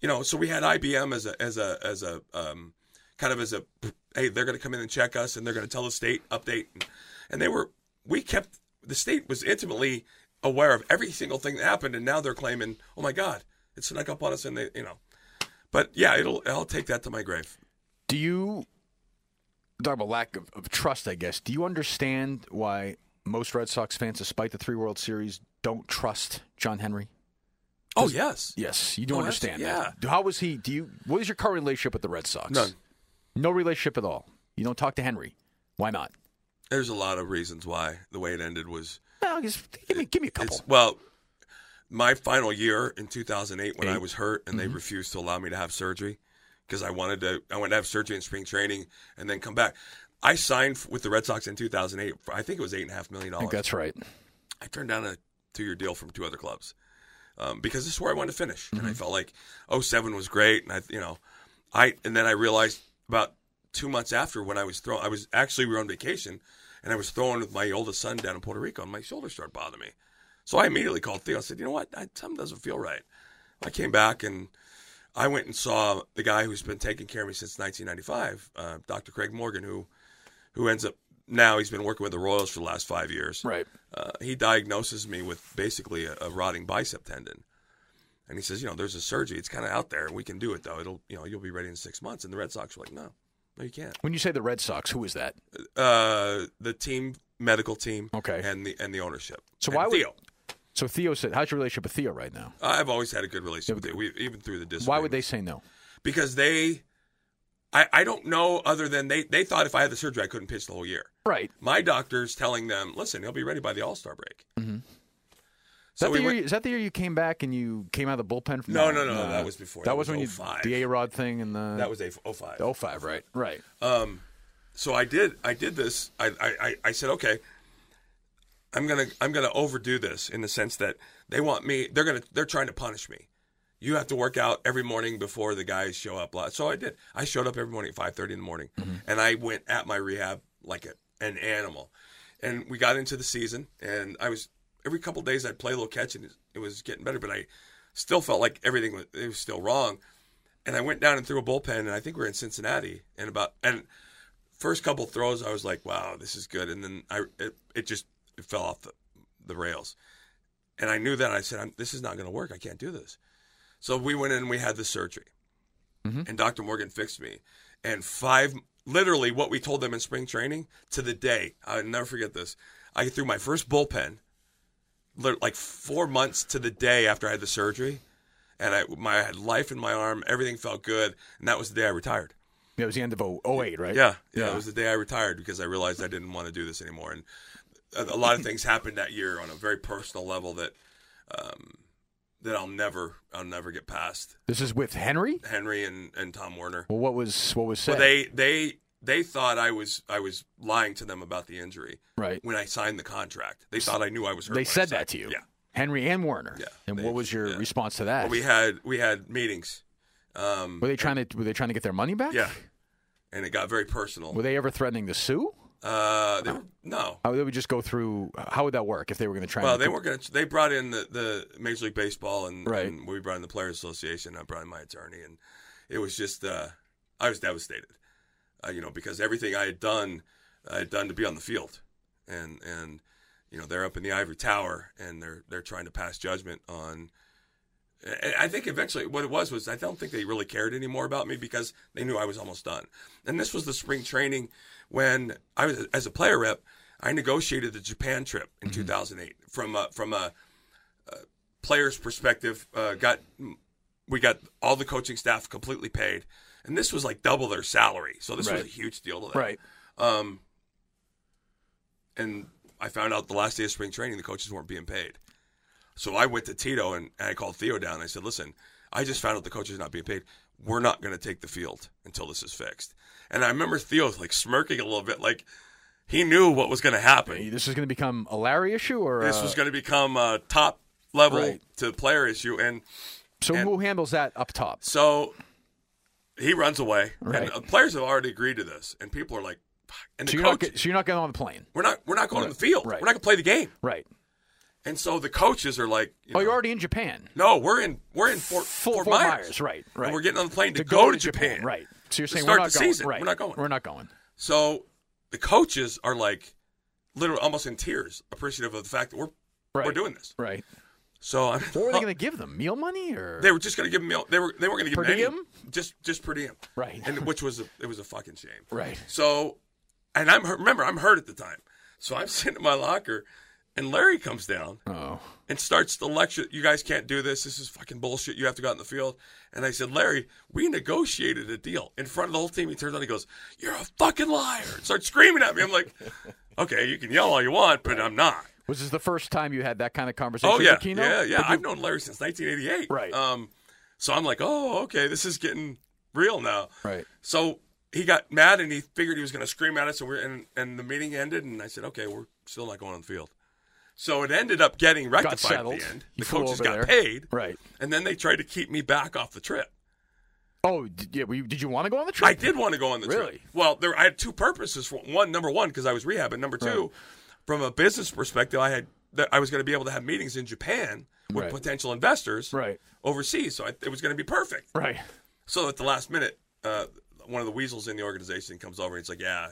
you know. So we had IBM as a as a as a um, kind of as a hey, they're going to come in and check us, and they're going to tell the state update, and, and they were. We kept the state was intimately aware of every single thing that happened, and now they're claiming, oh my God, it snuck up on us, and they, you know. But yeah, it'll. I'll take that to my grave.
Do you talk about lack of, of trust? I guess. Do you understand why most Red Sox fans, despite the three World Series, don't trust John Henry?
Oh yes,
Yes, you do
Oh, that's-
understand that. How was he? Do you? What is your current relationship with the Red Sox?
none.
No relationship at all. You don't talk to Henry. Why not?
There's a lot of reasons why the way it ended was
Well, just give me give me a couple.
It's, well, my final year in 2008 when I
Eight. Mm-hmm.
was hurt and they refused to allow me to have surgery because I wanted to I wanted to have surgery in spring training and then come back. I signed f- with the Red Sox in 2008. For, I think it was eight and a half million
I think
dollars.
that's right.
I turned down a two-year deal from two other clubs um, because this is where I wanted to finish, and I felt like 07 was great, and I you know I and then I realized about two months after when I was thrown, I was actually we were on vacation, and I was thrown with my oldest son down in Puerto Rico, and my shoulder started bothering me, so I immediately called Theo. I said, you know what, I, something doesn't feel right. I came back and. I went and saw the guy who's been taking care of me since 1995, uh, Dr. Craig Morgan, who, who ends up now he's been working with the Royals for the last five years
Right.
uh, he diagnoses me with basically a, a rotting bicep tendon. And he says, you know, there's a surgery. It's kind of out there. We can do it, though. It'll, you know, you'll be ready in six months. And the Red Sox were like, no, no, you can't.
When you say the Red Sox, who is that?
Uh, the team, medical team,
Okay.
and the and the ownership.
So
And
why would-
Theo.
So Theo said, "How's your relationship with Theo right now?
I've always had a good relationship with Theo, we, even through the disagreement.
Why would they say no?
Because they, I, I don't know other than they, they thought if I had the surgery, I couldn't pitch the whole year.
Right.
My doctor's telling them, listen, he'll be ready by the All Star break. Mm-hmm.
Is that, the year, you- is that the year you came back and you came out of the bullpen? From
No, no, no, that was before.
That,
That
was,
was
when you
05.
the A Rod thing and the
That was oh a 05.
the 05, right? Right.
Um, so I did. I did this. I, I, I- I said, okay, I'm gonna I'm gonna overdo this in the sense that they want me. They're gonna they're trying to punish me. You have to work out every morning before the guys show up. blah. So I did. I showed up every morning at 5:30 in the morning, and I went at my rehab like it, an animal. And we got into the season, and I was every couple days I'd play a little catch, and it was getting better, but I still felt like everything was it was still wrong. And I went down and threw a bullpen, and I think we were in Cincinnati, and about and first couple throws I was like, wow, this is good, and then I it, it just it fell off the, the rails, and I knew that I said, I'm, this is not going to work. I can't do this. So we went in and we had the surgery. And Dr. Morgan fixed me. And five, literally what we told them in spring training to the day, I'll never forget this. I threw my first bullpen lit- like four months to the day after I had the surgery. And I, my, I had life in my arm. Everything felt good. And that was the day I retired.
It was the end of o- 08, right?
Yeah, yeah, It was the day I retired because I realized I didn't want to do this anymore, and a, a lot of things happened that year on a very personal level that um, that I'll never I'll never get past.
This is with Henry.
Henry and, and Tom Werner.
Well, what was what was said?
Well, they they they thought I was I was lying to them about the injury
right.
when I signed the contract. They thought I knew I was hurt.
They
when I
said that
signed-
to you.
Yeah.
Henry and Werner.
Yeah,
And
they-
what was your
yeah.
response to that?
But we had we had meetings. Um,
were they trying to were they trying to get their money back?
yeah, and it got very personal.
Were they ever threatening to sue?
uh, they were, no,
How they would just go through. How would that work if they were going to try?
Well,
and
they weren't going to. They brought in the, the Major League Baseball, and,
Right.
and we brought in the Players Association. I brought in my attorney, and it was just uh, I was devastated, uh, you know, because everything I had done, I had done to be on the field, and and you know they're up in the ivory tower, and they're they're trying to pass judgment on. and I think eventually what it was was I don't think they really cared anymore about me because they knew I was almost done. And this was the spring training when I was as a player rep. I negotiated the Japan trip in
Mm-hmm.
2008 from a, from a, uh player's perspective. Uh, got we got all the coaching staff completely paid, and this was like double their salary. So this was
Right.
a huge deal to them.
Right.
Um, and I found out the last day of spring training, the coaches weren't being paid. So I went to Tito and, and I called Theo down. And I said, listen, I just found out the coaches are not being paid. We're not going to take the field until this is fixed. And I remember Theo like smirking a little bit, like he knew what was going to happen.
This is going to become a Larry issue, or
This
uh,
was going to become a top level
Right.
to player issue. And
so
and-
who handles that up top?
so he runs away.
Right.
And uh, players have already agreed to this. And people are like, "Fuck." and the
So you're,
coach,
not, get- so you're not getting on the plane,
we're not, we're not going to the field.
Right.
We're not going to play the game.
right?
And so the coaches are like, you
oh, you're
know,
already in Japan.
no, we're in we're in Fort,
Fort-
Fort,
Fort
Myers.
Myers, right,
And
right.
we're getting on the plane to, go, to Japan.
right? So you're
To
saying
start
we're not
the
going.
season.
Right.
We're not going.
We're not going.
So the coaches are like, literally, almost in tears, appreciative of the fact that we're
Right.
we're doing this.
Right.
So I'm.
What were they going to give them? Meal money or
They were just going to give me. They were. They weren't going to
Per
give me any-
diem?
Just, just per diem.
Right.
And which was a, it was a fucking shame.
right?
So, and I'm hurt- remember I'm hurt at the time. So I'm sitting in my locker, and Larry comes down
Oh,
and starts the lecture. You guys can't do this. This is fucking bullshit. You have to go out in the field. And I said, Larry, we negotiated a deal in front of the whole team. He turns on, he goes, "You're a fucking liar!" And starts screaming at me. I'm like, "Okay, you can yell all you want, but I'm not."
was this the first time you had that kind of conversation?
Oh yeah,
with Aquino?
yeah, yeah.
But you-
I've known Larry since 1988.
Right.
Um, so I'm like, oh, okay, this is getting real now.
Right.
So he got mad and he figured he was going to scream at us, and we're and, and the meeting ended, and I said, okay, we're still not going on the field. So it ended up getting
got
rectified at
settled.
the end.
You
the
flew
coaches
over there.
got paid,
Right.
and then they tried to keep me back off the trip.
Oh, did, yeah. were you- did you want to go on the trip?
I did want to go on the trip.
Really?
Well, there I had two purposes. For one, number one, because I was rehabbing. Number two, from a business perspective, I had that I was going to be able to have meetings in Japan with
Right.
potential investors
Right.
overseas. So I, it was going to be perfect.
Right.
So at the last minute, uh, one of the weasels in the organization comes over and he's like, "Yeah,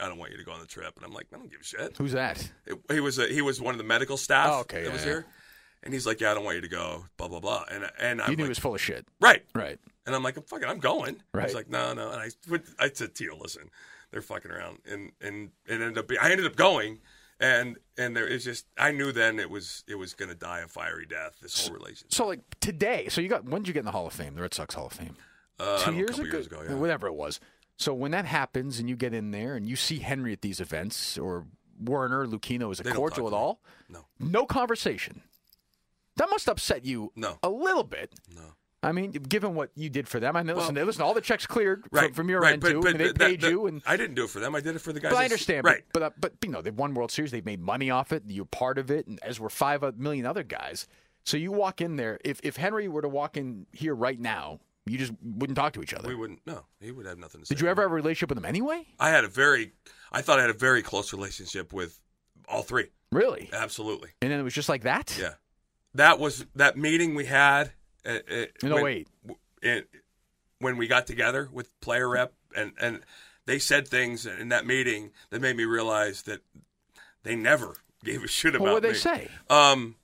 I don't want you to go on the trip." And I'm like, "I don't give a shit."
Who's that?
It, he was a, he was one of the medical staff
Oh, okay,
that
yeah,
was
yeah.
here, and he's like, "Yeah, I don't want you to go." Blah blah blah. And and I'm
you knew
like,
he was full of shit.
right,
Right.
and I'm like, I'm fucking, I'm going.
Right.
He's like, no, no. And I went, I said, Tito, listen, they're fucking around, and and it ended up, be, I ended up going, and and there is just, I knew then it was it was gonna die a fiery death. This whole relationship.
So like today, so you got when did you get in the Hall of Fame, the Red Sox Hall of Fame?
Uh, I
Two
don't know,
years,
a couple
ago,
years ago, yeah.
whatever it was. So when that happens and you get in there and you see Henry at these events or Werner, Lucchino, is
They
it
don't
cordial
talk
at
to
all?
me. No.
No conversation. That must upset you
No.
a little bit. No. I mean, given what you did for them, I mean, listen, they- listen, all the checks cleared from-
Right
from, your
right,
end
but,
too,
but
and they
that-
paid
that-
you. And
I didn't do it for them. I did it for the guys.
but I
that-
understand,
Right.
But but, uh, but you know, they've won World Series. They've made money off it. You're part of it, and as were uh, five million other guys. So you walk in there. If if Henry were to walk in here right now, You just wouldn't talk to each other.
We wouldn't. No, he would have nothing to say.
Did you ever have a relationship with them anyway?
I had a very. I thought I had a very close relationship with all three.
Really?
Absolutely.
And then it was just like that?
Yeah. That was that meeting we had. Uh, uh,
In
when-
08.
w- in- when we got together with player rep and and they said things in that meeting that made me realize that they never gave a shit about
Well, what
me.
did they say?
Um,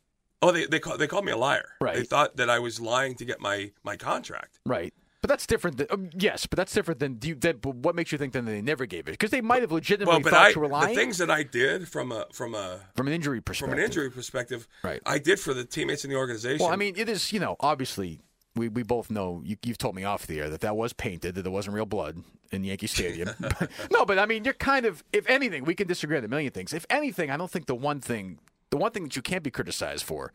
oh, they they, call, they called me a liar. They
Right.
thought that I was lying to get my my contract.
Right. But that's different. Than, um, yes, but that's different than do you, that, but what makes you think then they never gave it? Because they might have legitimately
well, but
thought
I
you were lying
the things that I did from a from a
from an injury
from
perspective.
an injury perspective,
Right.
I did for the teammates in the organization.
Well, I mean, it is, you know, obviously, we, we both know, you, you've told me off the air that that was painted, that there wasn't real blood in Yankee Stadium. no, but I mean, you're kind of, if anything, we can disagree on a million things. If anything, I don't think the one thing, the one thing that you can't be criticized for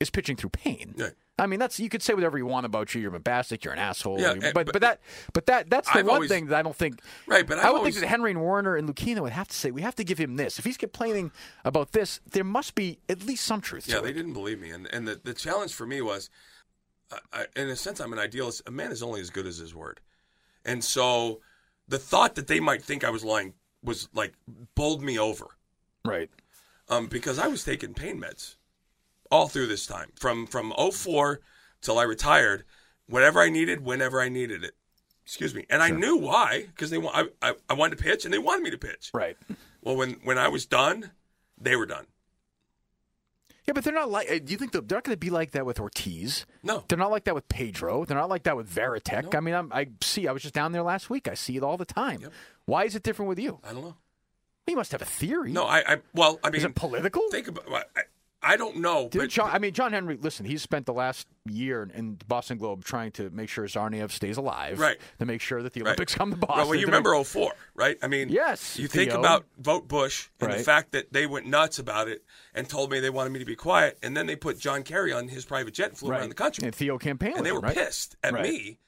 is pitching through pain.
Yeah.
I mean, that's you could say whatever you want about you. You're bombastic. You're an asshole.
Yeah,
you-
and-
but,
but-
but that but that that's the
I've
one
always-
thing that I don't think.
Right, but
I
I've
would
always-
think that Henry and Warner and Lucchino would have to say we have to give him this. If he's complaining about this, there must be at least some truth.
yeah,
to
they
it.
didn't believe me, and and the, the challenge for me was, I, I, in a sense, I'm an idealist. A man is only as good as his word, and so the thought that they might think I was lying was like bowled me over,
Right.
um, because I was taking pain meds all through this time from from 04 till I retired, whatever I needed, whenever I needed it. Excuse me, and I knew why because they want I, I I wanted to pitch and they wanted me to pitch.
Right.
Well, when when I was done, they were done.
Yeah, but they're not like. uh, Do you think they're they're not going to be like that with Ortiz?
No,
They're not like that with Pedro. They're not like that with Veritek. I mean, I'm, I see. I was just down there last week. I see it all the time.
Yep.
Why is it different with you?
I don't know.
You must have a theory.
No, I, I well, I mean,
is it political?
think about. well, I, I don't know,
Didn't
but
John, I mean, John Henry. Listen, he's spent the last year in, in the Boston Globe trying to make sure Zarniev stays alive,
Right.
To make sure that the
right.
Olympics come to
Well,
Boston.
Well, you
to make-
remember 04, right? I mean,
Yes,
You think
Theo.
about vote Bush and the
Right.
fact that they went nuts about it and told me they wanted me to be quiet, and then they put John Kerry on his private jet and flew
right.
around the country,
and Theo campaigned,
and they
with
were
him, right?
pissed at
Right.
me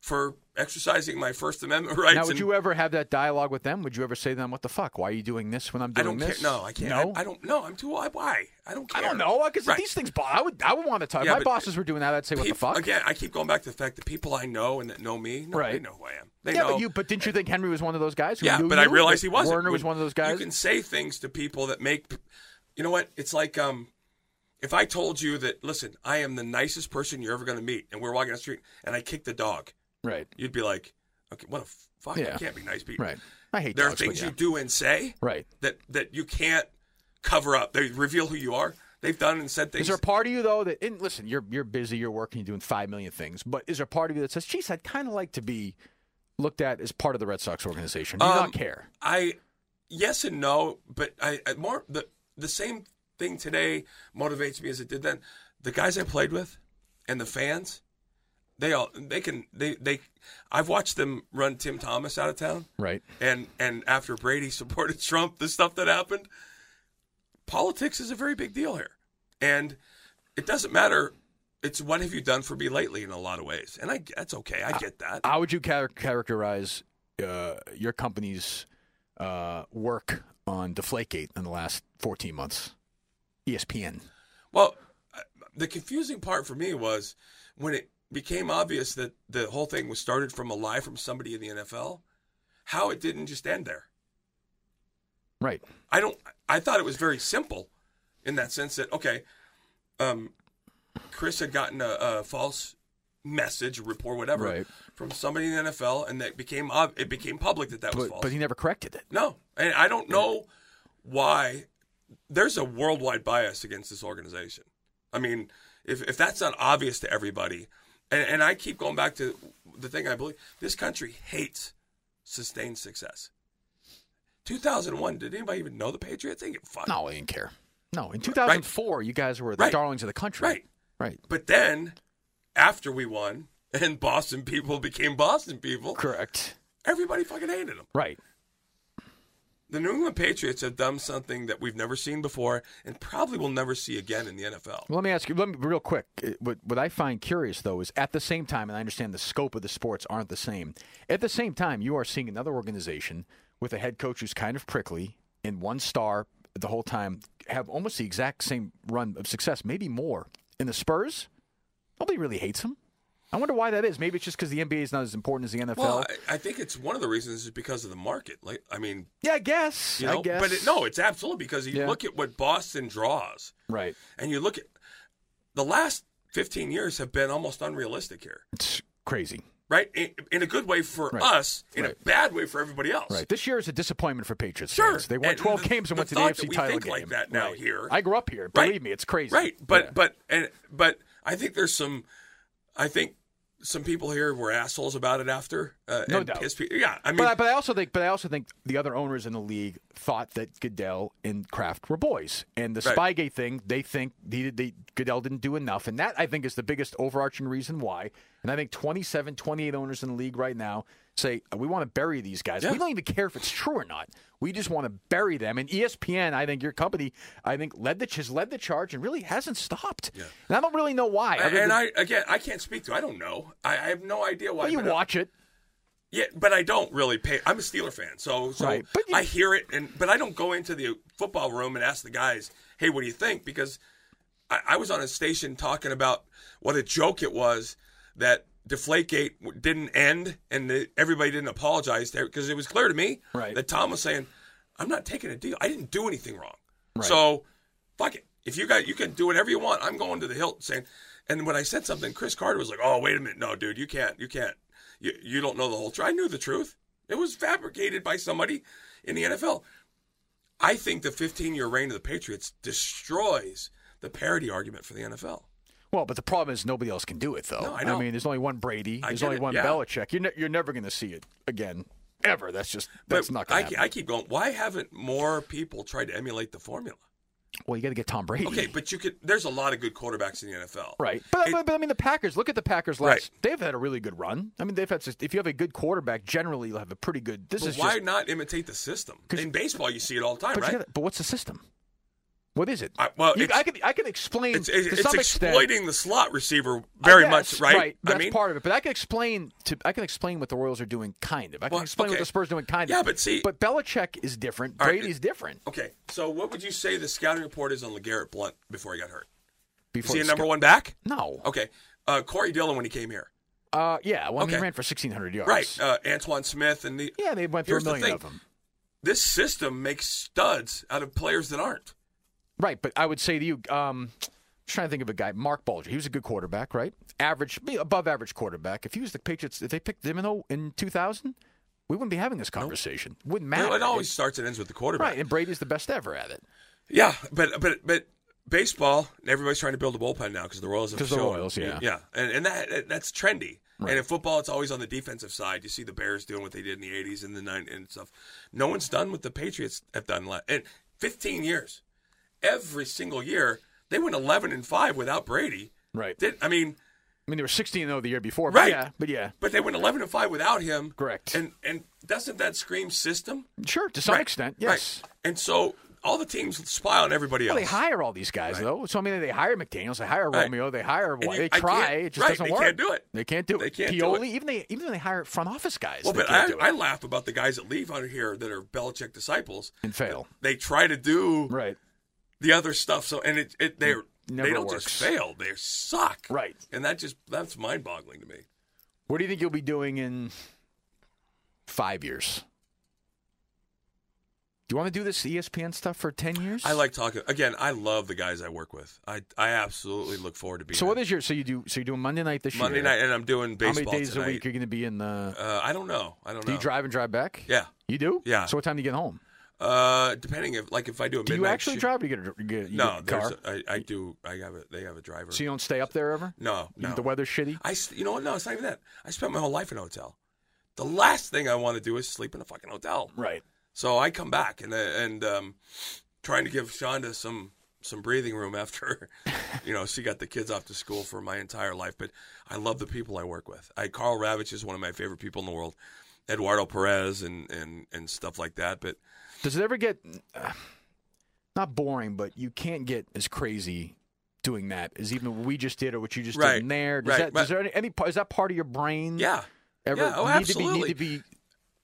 for exercising my First Amendment rights.
Now, would
and
you ever have that dialogue with them? Would you ever say to them, "What the fuck? Why are you doing this when I'm
I
doing
don't
this?"
care. No, I can't.
No,
I, I don't. No, I'm too. I, why? I don't
I
care.
don't know because
Right.
these things. bo- I would. I would want to talk.
Yeah,
My
but-
bosses were doing that. I'd say, "What the
People-
fuck?"
Again, I keep going back to the fact that people I know and that know me, no, they
Right.
know who I am. They
yeah,
know. eh,
but you. But didn't you think Henry was one of those guys? Who
Yeah,
knew
but
you?
I realized he
That
wasn't.
Warner was
When-
one of those guys.
You can say things to people that make, you know what? It's like um, if I told you that, listen, I am the nicest person you're ever going to meet, and we're walking down the street, and I kicked the dog,
Right.
you'd be like, okay, what a fuck, I
Yeah.
can't be nice. But
Right. I hate
There
dogs,
are
but
things
yeah.
you do and say
Right.
that that you can't cover up. They reveal who you are. They've done and said things.
Is there a part of you though that? And listen, you're you're busy. You're working. You're doing five million things. But is there a part of you that says, "Geez, I'd kind of like to be looked at as part of the Red Sox organization"? Do you
Um,
not care?
I yes and no, but I, I more the the same thing today motivates me as it did then. The guys I played with and the fans, they all they can they they I've watched them run Tim Thomas out of town
Right.
and and after Brady supported Trump, the stuff that happened, politics is a very big deal here, and it doesn't matter. It's what have you done for me lately in a lot of ways, and I that's okay. I get that.
How would you char- characterize uh, your company's uh, work on Deflategate in the last 14 months? E ESPN.
Well, uh, the confusing part for me was when it became obvious that the whole thing was started from a lie from somebody in the NFL, how it didn't just end there.
Right.
I don't. I thought it was very simple, in that sense that okay, um, Chris had gotten a, a false message, report, whatever,
Right.
from somebody in the NFL, and that became ob- it became public that that was
But,
false.
but he never corrected it.
No, and I don't know why. There's a worldwide bias against this organization. I mean, if if that's not obvious to everybody, and and I keep going back to the thing I believe this country hates sustained success. 2001, did anybody even know the Patriots? They get fucked.
No, I didn't care. No, in 2004, you guys were the
Right.
darlings of the country.
Right.
Right.
But then, after we won and Boston people became Boston people,
Correct.
everybody fucking hated them.
Right.
The New England Patriots have done something that we've never seen before and probably will never see again in the NFL.
Well, let me ask you, let me, real quick. uh, What, what I find curious, though, is at the same time, and I understand the scope of the sports aren't the same. At the same time, you are seeing another organization with a head coach who's kind of prickly and one star the whole time have almost the exact same run of success, maybe more. In the Spurs, nobody really hates him. I wonder why that is. Maybe it's just because the NBA is not as important as the NFL.
Well, I, I think it's one of the reasons is because of the market. Like, I mean,
yeah, I guess.
you know,
I guess.
but it, no, it's absolutely because you
Yeah.
look at what Boston draws,
Right.
and you look at the last fifteen years have been almost unrealistic here,
It's crazy.
right? In, in a good way for
Right.
us, in a
Right.
bad way for everybody else.
Right. This year is a disappointment for Patriots
Sure.
fans. They won
And
12
the-
games and
the
went to the
thought
AFC
that we
title
think
game.
like that now
Right.
here-
I grew up here.
Right.
Believe me, it's crazy.
Right, but
Yeah.
but and but I think there's some, I think some people here were assholes about it after. Uh,
No
and
doubt.
pissed people. Yeah, I mean,
But I, but I also think, but I also think the other owners in the league thought that Goodell and Kraft were boys, and the
Right.
Spygate thing. They think the, the Goodell didn't do enough, and that I think is the biggest overarching reason why. And I think 27, 28 owners in the league right now say "Uh, we want to bury these guys.
Yeah.
We don't even care if it's true or not. We just want to bury them. And E ESPN, I think your company, I think led the has led the charge and really hasn't stopped. And I don't really know why.
and,
other than-
I again, I can't speak to. I don't know. I, I have no idea why.
well, you
but uh, I-
watch it.
Yeah, but I don't really pay. I'm a Steeler fan, so so
Right, but you-
I hear it, and but I don't go into the football room and ask the guys, "Hey, what do you think?" Because I, I was on a station talking about what a joke it was that Deflategate w- didn't end, and the, everybody didn't apologize there because it was clear to me
Right.
that Tom was saying, "I'm not taking a deal. I didn't do anything wrong.
Right.
So fuck it. If you got, you can do whatever you want. I'm going to the hilt saying." And when I said something, Chris Carter was like, "Oh, wait a minute, no, dude, you can't, you can't, you, you don't know the whole truth." I knew the truth. It was fabricated by somebody in the NFL. I think the 15-year reign of the Patriots destroys the parity argument for the NFL.
Well, but the problem is nobody else can do it, though.
No, I know.
mean, there's only one Brady.
I
There's
get
only
it,
one
yeah.
Belichick. You're, ne- you're never going to see it again, ever. That's just that's not
I,
going to
ke-
happen.
I keep going. Why haven't more people tried to emulate the formula?
well, you got to get Tom Brady.
Okay, but you could. There's a lot of good quarterbacks in the NFL.
right. But,
It-
but, but I mean, the Packers. Look at the Packers last.
Right.
They've had a really good run. I mean, they've had. Just, if you have a good quarterback, generally you'll have a pretty good. This
but
is
why
just.
not imitate the system?
'Cause-
In baseball, you see it all the time,
but, you
right?
gotta- but what's the system? What is it?
I- well,
You-
it's-
I can I can explain
it's it's,
to
it's
some extent.
exploiting the slot receiver
I
very
guess,
much, right?
That's
I mean,
part of it. But I can explain to I can explain what the Royals are doing, kind of. I can
Well,
explain what
okay.
the Spurs are doing, kind of.
Yeah, but see-
but Belichick is different.
All right,
Brady's different.
okay. So, what would you say the scouting report is on Legarrette Blunt before he got hurt? Is
Before
he a
the
number
sc-
one back?
No.
Okay, uh, Corey Dillon when he came here,
Uh, yeah. Well, I mean, he
Okay.
ran for sixteen hundred yards.
right? Uh, Antoine Smith and the
yeah, they went through a
Here's the
million
thing.
of them.
this system makes studs out of players that aren't.
Right, but I would say to you, um, I'm trying to think of a guy, Mark Bulger. He was a good quarterback, right? Average, above average quarterback. If he was the Patriots, if they picked him in oh- in 2000, we wouldn't be having this conversation. Wouldn't matter.
It always starts and ends with the quarterback.
right, and Brady's the best ever at it.
Yeah, but but but baseball, everybody's trying to build a bullpen now because the Royals have
'Cause the
shown.
Royals, yeah.
yeah, and and that that- that's trendy.
Right.
And in football, it's always on the defensive side. You see the Bears doing what they did in the '80s and the '90s and stuff. No one's done what the Patriots have done la- in 15 years. Every single year, they went 11 and five without Brady.
Right.
Did I mean?
I mean, they were 16 and 0 the year before. But
Right.
yeah, but yeah,
But they went 11 and five without him.
Correct.
And and doesn't that scream system?
sure, to some
Right,
extent,
right.
yes.
And so all the teams spy on everybody
Well,
else.
they hire all these guys though. So I mean, they hire McDaniel's, they hire
Right.
Romeo, they hire.
you-
they
I
try,
can't-
it just
right,
doesn't
they
work.
can't do it.
They can't do it.
They can't do
Pioli,
it.
E, even they even when they hire front office guys.
Well,
they
but
can't
I,
do it
I laugh about the guys that leave out here that are Belichick disciples.
and fail.
They try to do
Right.
the other stuff, so and it, it they
Never
they don't
works.
just fail; they suck.
Right.
and that just that's mind boggling to me.
What do you think you'll be doing in five years? Do you want to do this E ESPN stuff for ten years?
I like talking again. I love the guys I work with. I I absolutely look forward to being
So what
there.
is your so you do so you're doing Monday night this
Monday
year?
night, and I'm doing
How
baseball
many days
tonight.
a week you're going to be in the?
Uh, I don't know. I don't
Do
know.
you drive and drive back?
Yeah.
You do?
Yeah.
So what time do you get home?
Uh, depending if like if I do a
Do you
midnight
actually
shift-
drive? Or you get a, you get, you get
No,
a
there's
car.
a, I, I do. I have a they have a driver.
so you don't stay up there ever?
no,
You-
no.
The weather's shitty.
I, s- you know what? No, it's not even that. I spent my whole life in a hotel. The last thing I want to do is sleep in a fucking hotel.
Right.
So I come back and uh, and um, trying to give Shonda some some breathing room after, you know, she got the kids off to school for my entire life. But I love the people I work with. I Carl Ravitch is one of my favorite people in the world. Eduardo Perez and and and stuff like that. But
Does it ever get uh, not boring, but you can't get as crazy doing that as even what we just did or what you just did
Right,
in there? Does
right,
that,
but-
does there any, any part- is that part of your brain?
yeah,
Ever
yeah, oh,
need
absolutely.
to be need to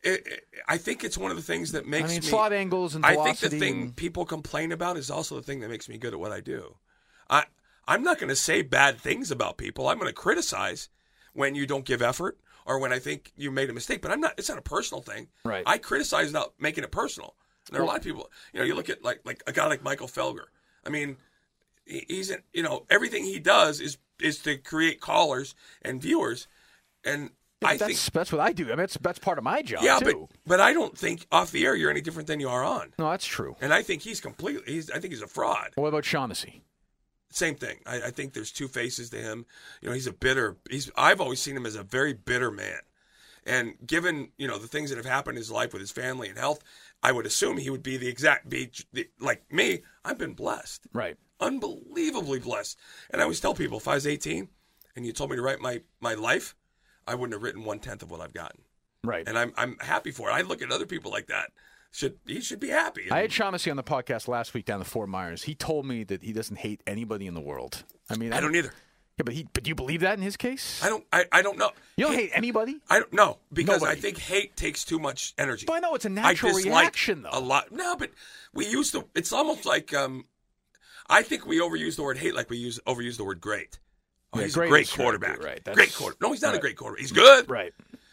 be?
it, it- I think it's one of the things that
I
makes
mean,
me
slot angles and
I
velocity.
think the thing
and-
people complain about is also the thing that makes me good at what I do. I I'm not going to say bad things about people. I'm going to criticize, when you don't give effort or when I think you made a mistake. But I'm not. It's not a personal thing.
Right.
I criticize without making it personal. And there are a lot of people. You know, you look at like like a guy like Michael Felger. I mean, he, he's in, you know everything he does is is to create callers and viewers, and I
that's,
think
that's what I do. I mean, that's, that's part of my job,
yeah, but
too.
but I don't think off the air you're any different than you are on.
no, that's true.
And I think he's completely. He's I think he's a fraud.
What about Shaughnessy?
Same thing. I, I think there's two faces to him. You know, he's a bitter. He's I've always seen him as a very bitter man. And given you know the things that have happened in his life with his family and health, I would assume he would be the exact be the, like me. I've been blessed
Right.
unbelievably blessed. And I always tell people, if I was 18 and you told me to write my, my life, I wouldn't have written one tenth of what I've gotten.
Right.
And I'm I'm happy for it. I look at other people like that. Should he should be happy?
I had Shaughnessy on the podcast last week down the Fort Myers. He told me that he doesn't hate anybody in the world. I mean,
I don't either.
Yeah, but he. But do you believe that in his case?
I don't I, I don't know.
you don't hate anybody.
I don't know because
Nobody.
I think hate takes too much energy.
But I know it's a
I
natural
dislike
reaction,
a
though.
lot. No, but we use the. It's almost like um, I think we overuse the word hate like we use overuse the word great. Oh,
Yeah,
he's
great
a great
is great,
quarterback.
you're right.
Great
That's-
quarter. No, he's not a
right.
great quarterback. He's good.
Right.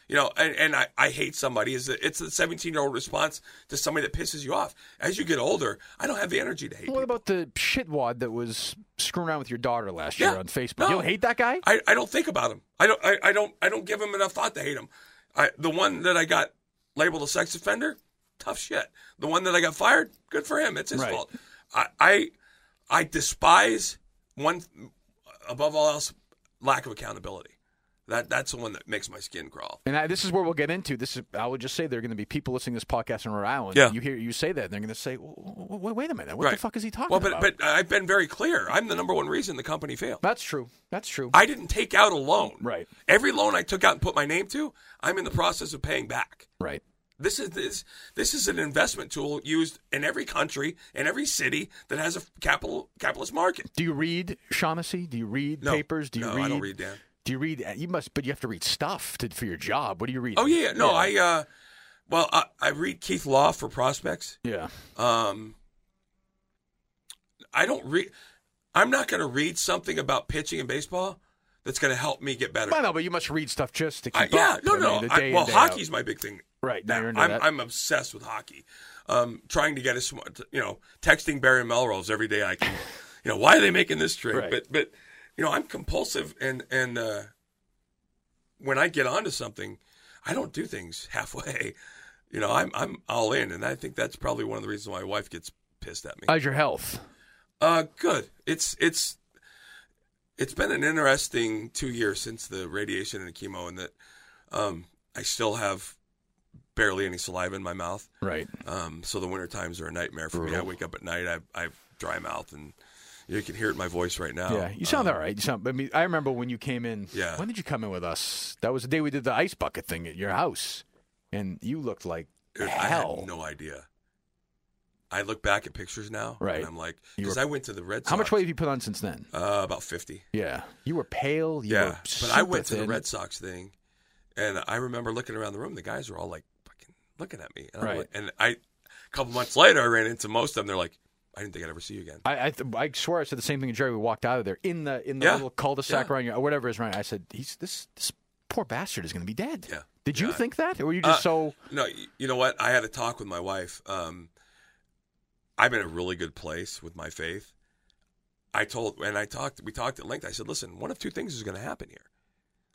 You know, and, and I, I hate somebody is that it's the 17 year old response to somebody that pisses you off. As you get older, I don't have the energy to hate.
What
people.
about the shitwad that was screwing around with your daughter last year
Yeah.
on Facebook?
No.
You don't hate that guy?
I, I don't think about him. I don't I, I don't I don't give him enough thought to hate him. I the one that I got labeled a sex offender, tough shit. The one that I got fired, good for him. It's his
Right.
fault. I, I I despise one above all else lack of accountability. That that's the one that makes my skin crawl.
And I, this is where we'll get into. This is, I would just say there are going to be people listening to this podcast in Rhode Island.
Yeah.
and You hear you say that, and they're going to say, "W- w- w- "Wait a minute, what the fuck is he talking
well, but,
about?"
But I've been very clear. I'm the number one reason the company failed.
that's true. That's true.
I didn't take out a loan.
Right.
Every loan I took out and put my name to, I'm in the process of paying back.
right.
This is this this is an investment tool used in every country and every city that has a capital capitalist market.
Do you read Shaughnessy? Do you read
No.
papers? Do you
No,
read?
I don't read Dan.
Do you read? You must, but you have to read stuff to, for your job. What do you read?
Oh yeah, no, I uh, well, I, I read Keith Law for prospects.
yeah.
Um, I don't read. I'm not going to read something about pitching in baseball that's going to help me get better.
I know, but you must read stuff just to keep
I-
up.
yeah, no,
I mean,
no.
the
I-
day in,
well,
day out.
hockey's my big thing.
Right, now
now.
you're into
I'm,
that.
I'm obsessed with hockey. Um, trying to get a smart, you know, texting Barry Melrose every day I can. you know, why are they making this trade?
Right.
But but you know, I'm compulsive, and and uh, when I get onto something, I don't do things halfway. You know, I'm I'm all in, and I think that's probably one of the reasons why my wife gets pissed at me.
How's your health?
Uh, good. It's it's it's been an interesting two years since the radiation and the chemo, and that um, I still have barely any saliva in my mouth.
Right.
Um, so the winter times are a nightmare for me. I wake up at night, I I have dry mouth, and you can hear it in my voice right now.
Yeah, you sound all right. You sound. I mean, I remember when you came in.
Oh, um, Yeah.
When did you come in with us? That was the day we did the ice bucket thing at your house, and you looked like
Dude,
hell.
I had no idea. I look back at pictures now,
Right.
And I'm like,
You
because
were-
I went to the Red Sox.
How much weight have you put on since then?
Uh, about fifty.
Yeah, you were pale. You were
Yeah, but I
super
went to the
thin.
Red Sox thing, and I remember looking around the room. The guys were all like fucking looking at me, and, I'm
Right.
like, and I, a couple months later, I ran into most of them. They're like, "I didn't think I'd ever see you again."
I I, th- I swear I said the same thing to Jerry. We walked out of there in the in the
Yeah,
little cul-de-sac
yeah.
around your, or whatever is around. I said, "He's this this poor bastard is going to be dead."
Yeah,
Did you
yeah.
think that, or were you just
Uh,
so?
No, y- you know what? I had a talk with my wife. Um, I'm in a really good place with my faith. I told, and I talked, we talked at length. I said, listen, one of two things is going to happen here.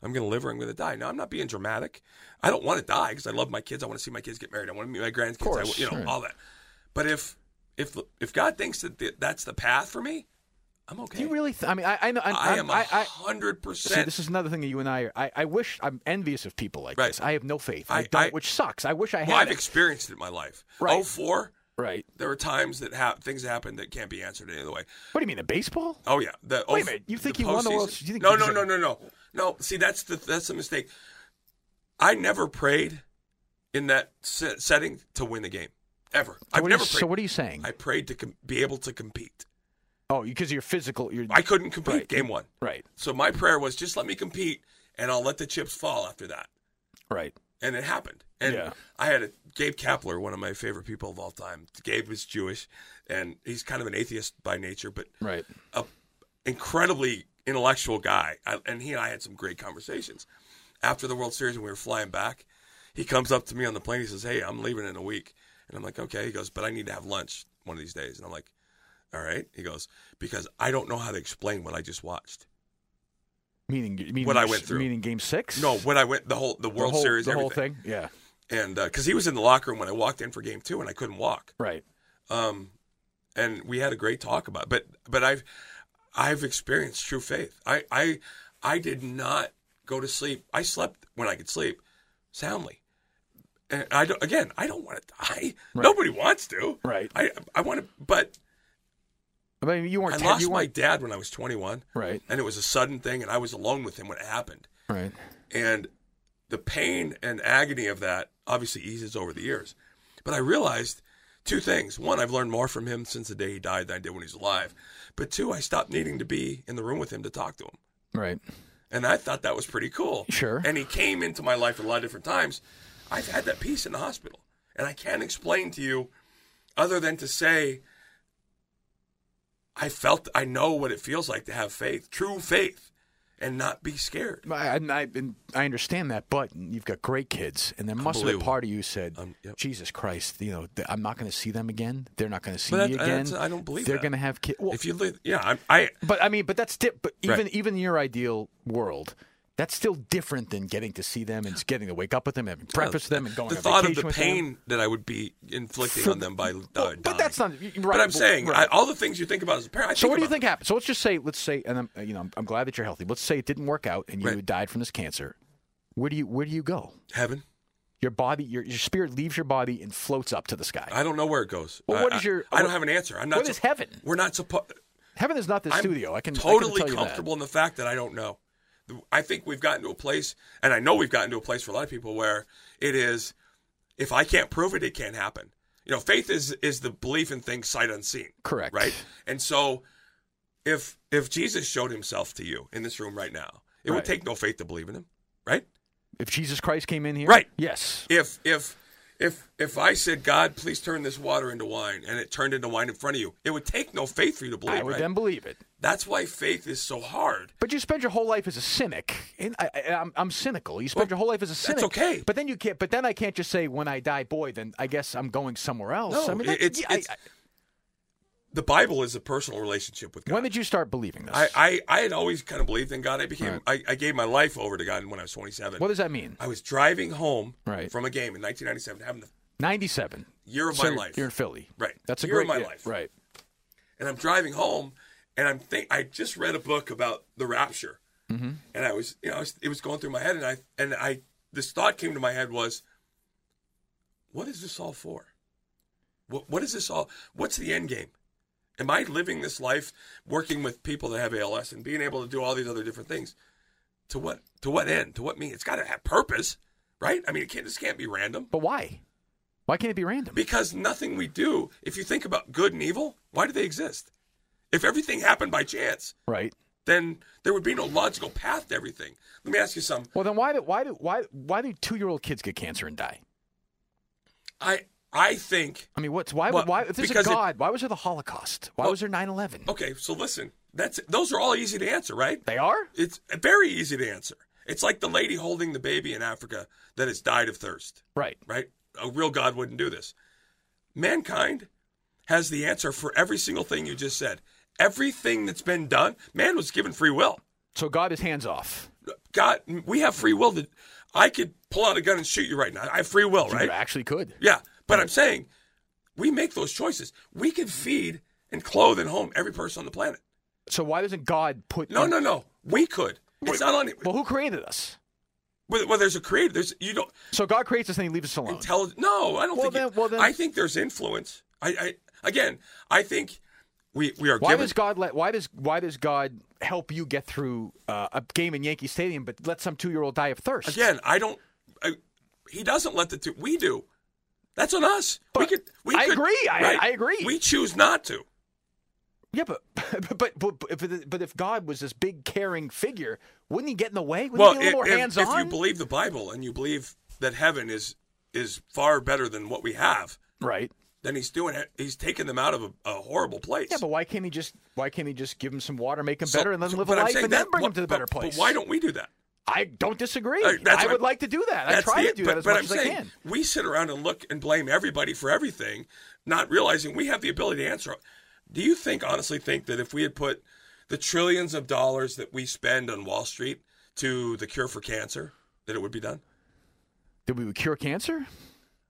I'm going to live or I'm going to die. Now, I'm not being dramatic. I don't want to die because I love my kids. I want to see my kids get married. I want to meet my grandkids. I,
course,
you know,
right.
all that. But if, if, if God thinks that th- that's the path for me, I'm okay.
Do you really? Th- I mean, I I know I,
I am
I,
a
I,
hundred
See, this
percent.
is another thing that you and I are. I, I wish I'm envious of people like
Right.
this. I have no faith. I,
I-
don't,
I-
which sucks. I wish I had.
Well, I've
it.
experienced it in my life.
Right.
Oh four,
right.
there are times that ha- things happen that can't be answered any other way.
What do you mean, in baseball?
Oh yeah. The,
Wait a
oh,
minute. You think
the
he won the World-
postseason-
you think
no,
he
no,
did-
no, no, no, no. See, that's the that's the mistake. I never prayed in that se- setting to win the game ever. I've
what
never
are you,
prayed.
so what are you saying?
I prayed to com- be able to compete.
oh, because you're physical. You're
I couldn't compete
Right.
game one,
right,
so my prayer was just let me compete, and I'll let the chips fall after that.
right.
and it happened. And
Yeah.
I had a Gabe Kapler, one of my favorite people of all time. Gabe is Jewish, and he's kind of an atheist by nature, but
Right.
a incredibly intellectual guy, I, and he and I had some great conversations after the World Series when we were flying back. He comes up to me on the plane. He says, "Hey, I'm leaving in a week," and I'm like, "Okay." He goes, "But I need to have lunch one of these days," and I'm like, "All right." He goes, "Because I don't know how to explain what I just watched."
Meaning, meaning
What I went through.
Meaning game six?
No, when I went the whole the
The
World
whole-
Series,
The
everything.
whole thing? Yeah.
and because he was in the locker room when I walked in for game two, and I couldn't walk.
Right.
Um, and we had a great talk about. It. But but I've I've experienced true faith. I I I did not go to sleep. I slept when I could sleep soundly. And I don't, again, I don't want to die.
Right.
Nobody wants to.
Right.
I I want to, but
I mean, you weren't.
I
te-
lost
you
my
weren't
dad when I was 21,
right.
and it was a sudden thing, and I was alone with him when it happened.
Right.
And the pain and agony of that obviously eases over the years. But I realized two things. One, I've learned more from him since the day he died than I did when he was alive. But two, I stopped needing to be in the room with him to talk to him.
Right.
And I thought that was pretty cool.
Sure.
And he came into my life a lot of different times. I've had that piece in the hospital. And I can't explain to you other than to say I felt I know what it feels like to have faith, true faith, and not be scared.
I, I, I- and I understand that, but you've got great kids, and there must have been
Unbelievable.
part of you said,
Um, yep.
"Jesus Christ, you know, th- I'm not going to see them again. They're not going to see
But
me
that- that's-
again.
I don't believe
they're
that.
going to have kids." Well,
If you live, yeah, I'm, I
but I mean, but that's di- but
Right.
even even in your ideal world, that's still different than getting to see them and getting to wake up with them, having breakfast with them, and going
the
on
thought of
vacation
the
with them.
pain that I would be inflicting
For-
on them by uh,
Well, but
dying.
that's not- y- right,
But I'm
but-
saying
right.
I, all the things you think about as a parent. I
So what do you
about
think happened? So let's just say, let's say, and I'm, uh, you know, I'm, I'm glad that you're healthy. Let's say it didn't work out, and you
Right.
died from this cancer. Where do you where do you go?
Heaven.
Your body, your, your spirit leaves your body and floats up to the sky.
I don't know where it goes.
Well,
I-
what
I-
is your-
I, don't
what-
have an answer. I'm not.
what is heaven?
We're not supposed.
Heaven is not this
I'm
studio. I can I can
totally
tell you that.
comfortable in the fact that I don't know. The- I think we've gotten to a place, and I know we've gotten to a place for a lot of people where it is, if I can't prove it, it can't happen. You know, faith is is the belief in things sight unseen.
Correct.
Right. And so, if if Jesus showed himself to you in this room right now, it
Right.
would take no faith to believe in him. Right.
If Jesus Christ came in here,
Right.
Yes,
If if if if I said, God, please turn this water into wine, and it turned into wine in front of you, it would take no faith for you to believe.
I would
right?
then believe it.
That's why faith is so hard.
But you spend your whole life as a cynic, and I, I, I'm, I'm cynical. You spend
Well,
your whole life as a cynic.
that's okay.
But then you can't. But then I can't just say when I die, boy. Then I guess I'm going somewhere else.
No,
I mean,
it-
that's-
it's-
yeah, I-
it's- the Bible is a personal relationship with
I-
God.
when did you start believing this?
I, I, I had always kind of believed in God. I became I, I gave my life over to God when I was 27.
what does that mean?
I was driving home
Right.
from a game in 1997, having the
Ninety-seven.
year of
So
my
you're-
life,
You're in Philly,
Right.
That's a
Year
great
of my
yeah,
life.
right?
and I'm driving home, and I'm think I just read a book about the rapture, and I was you know I was, it was going through my head, and I and I this thought came to my head was, what is this all for? What what is this all? What's the end game? Am I living this life working with people that have ALS and being able to do all these other different things? To what to what end? To what mean? It's got to have purpose, right? I mean, it can't this can't be random
But why? Why can't it be random?
because nothing we do. If you think about good and evil, why do they exist? If everything happened by chance,
right.
then there would be no logical path to everything. Let me ask you something.
Well, then why do why do why why do two-year-old kids get cancer and die?
I I think
I mean, what's why?
Well,
would why if there's a
because it-
God? why was there the Holocaust? Why
Well, oh.
was there 9/11?
okay. So listen, that's those are all easy to answer, right?
They are.
It's very easy to answer. It's like the lady holding the baby in Africa that has died of thirst.
Right.
right? A real God wouldn't do this. Mankind has the answer for every single thing you just said. Everything that's been done, man was given free will.
So God is hands off.
God, we have free will. That I could pull out a gun and shoot you right now. I have free will,
You
right?
actually could.
Yeah, but I'm saying we make those choices. We can feed and clothe and home every person on the planet.
So why doesn't God put?
No, no, no. We could. It's not on.
Well, who created us?
Well, well, there's a creator. There's you don't.
So God creates us and He leaves us alone.
Intelligent? No, I don't
Well,
think. it-
then- well, then-
I think there's influence. I, I again, I think we we are
why
given.
does God let? Why does why does God help you get through uh, a game in Yankee Stadium, but let some two-year-old die of thirst?
again, I don't. I, he doesn't let the two. We do. That's on us. we
But
could. We
I
could-
agree. I-
right.
I agree.
We choose not to.
Yeah, but but, but but but if God was this big caring figure, wouldn't He get in the way? Wouldn't
well,
He be a little
if,
more
if-
hands
if
on?
you believe the Bible and you believe that heaven is is far better than what we have,
right.
then he's doing it. He's taking them out of a, a horrible place.
Yeah, but why can't he just why can't he just give him some water, make him
So-
better, and let him
so-
live
but
a
I'm
life,
saying
and then
that-
bring him
but-
to the better
but-
place?
But why don't we do that?
I don't disagree.
Uh,
I
that's what
would
I'm-
like to do that. I
that's
try
the-
to do
but,
that as
but
much
I'm
as
saying,
I can.
We sit around and look and blame everybody for everything, not realizing we have the ability to answer. Do you think, honestly, think that if we had put the trillions of dollars that we spend on Wall Street to the cure for cancer, that it would be done?
Did we cure cancer?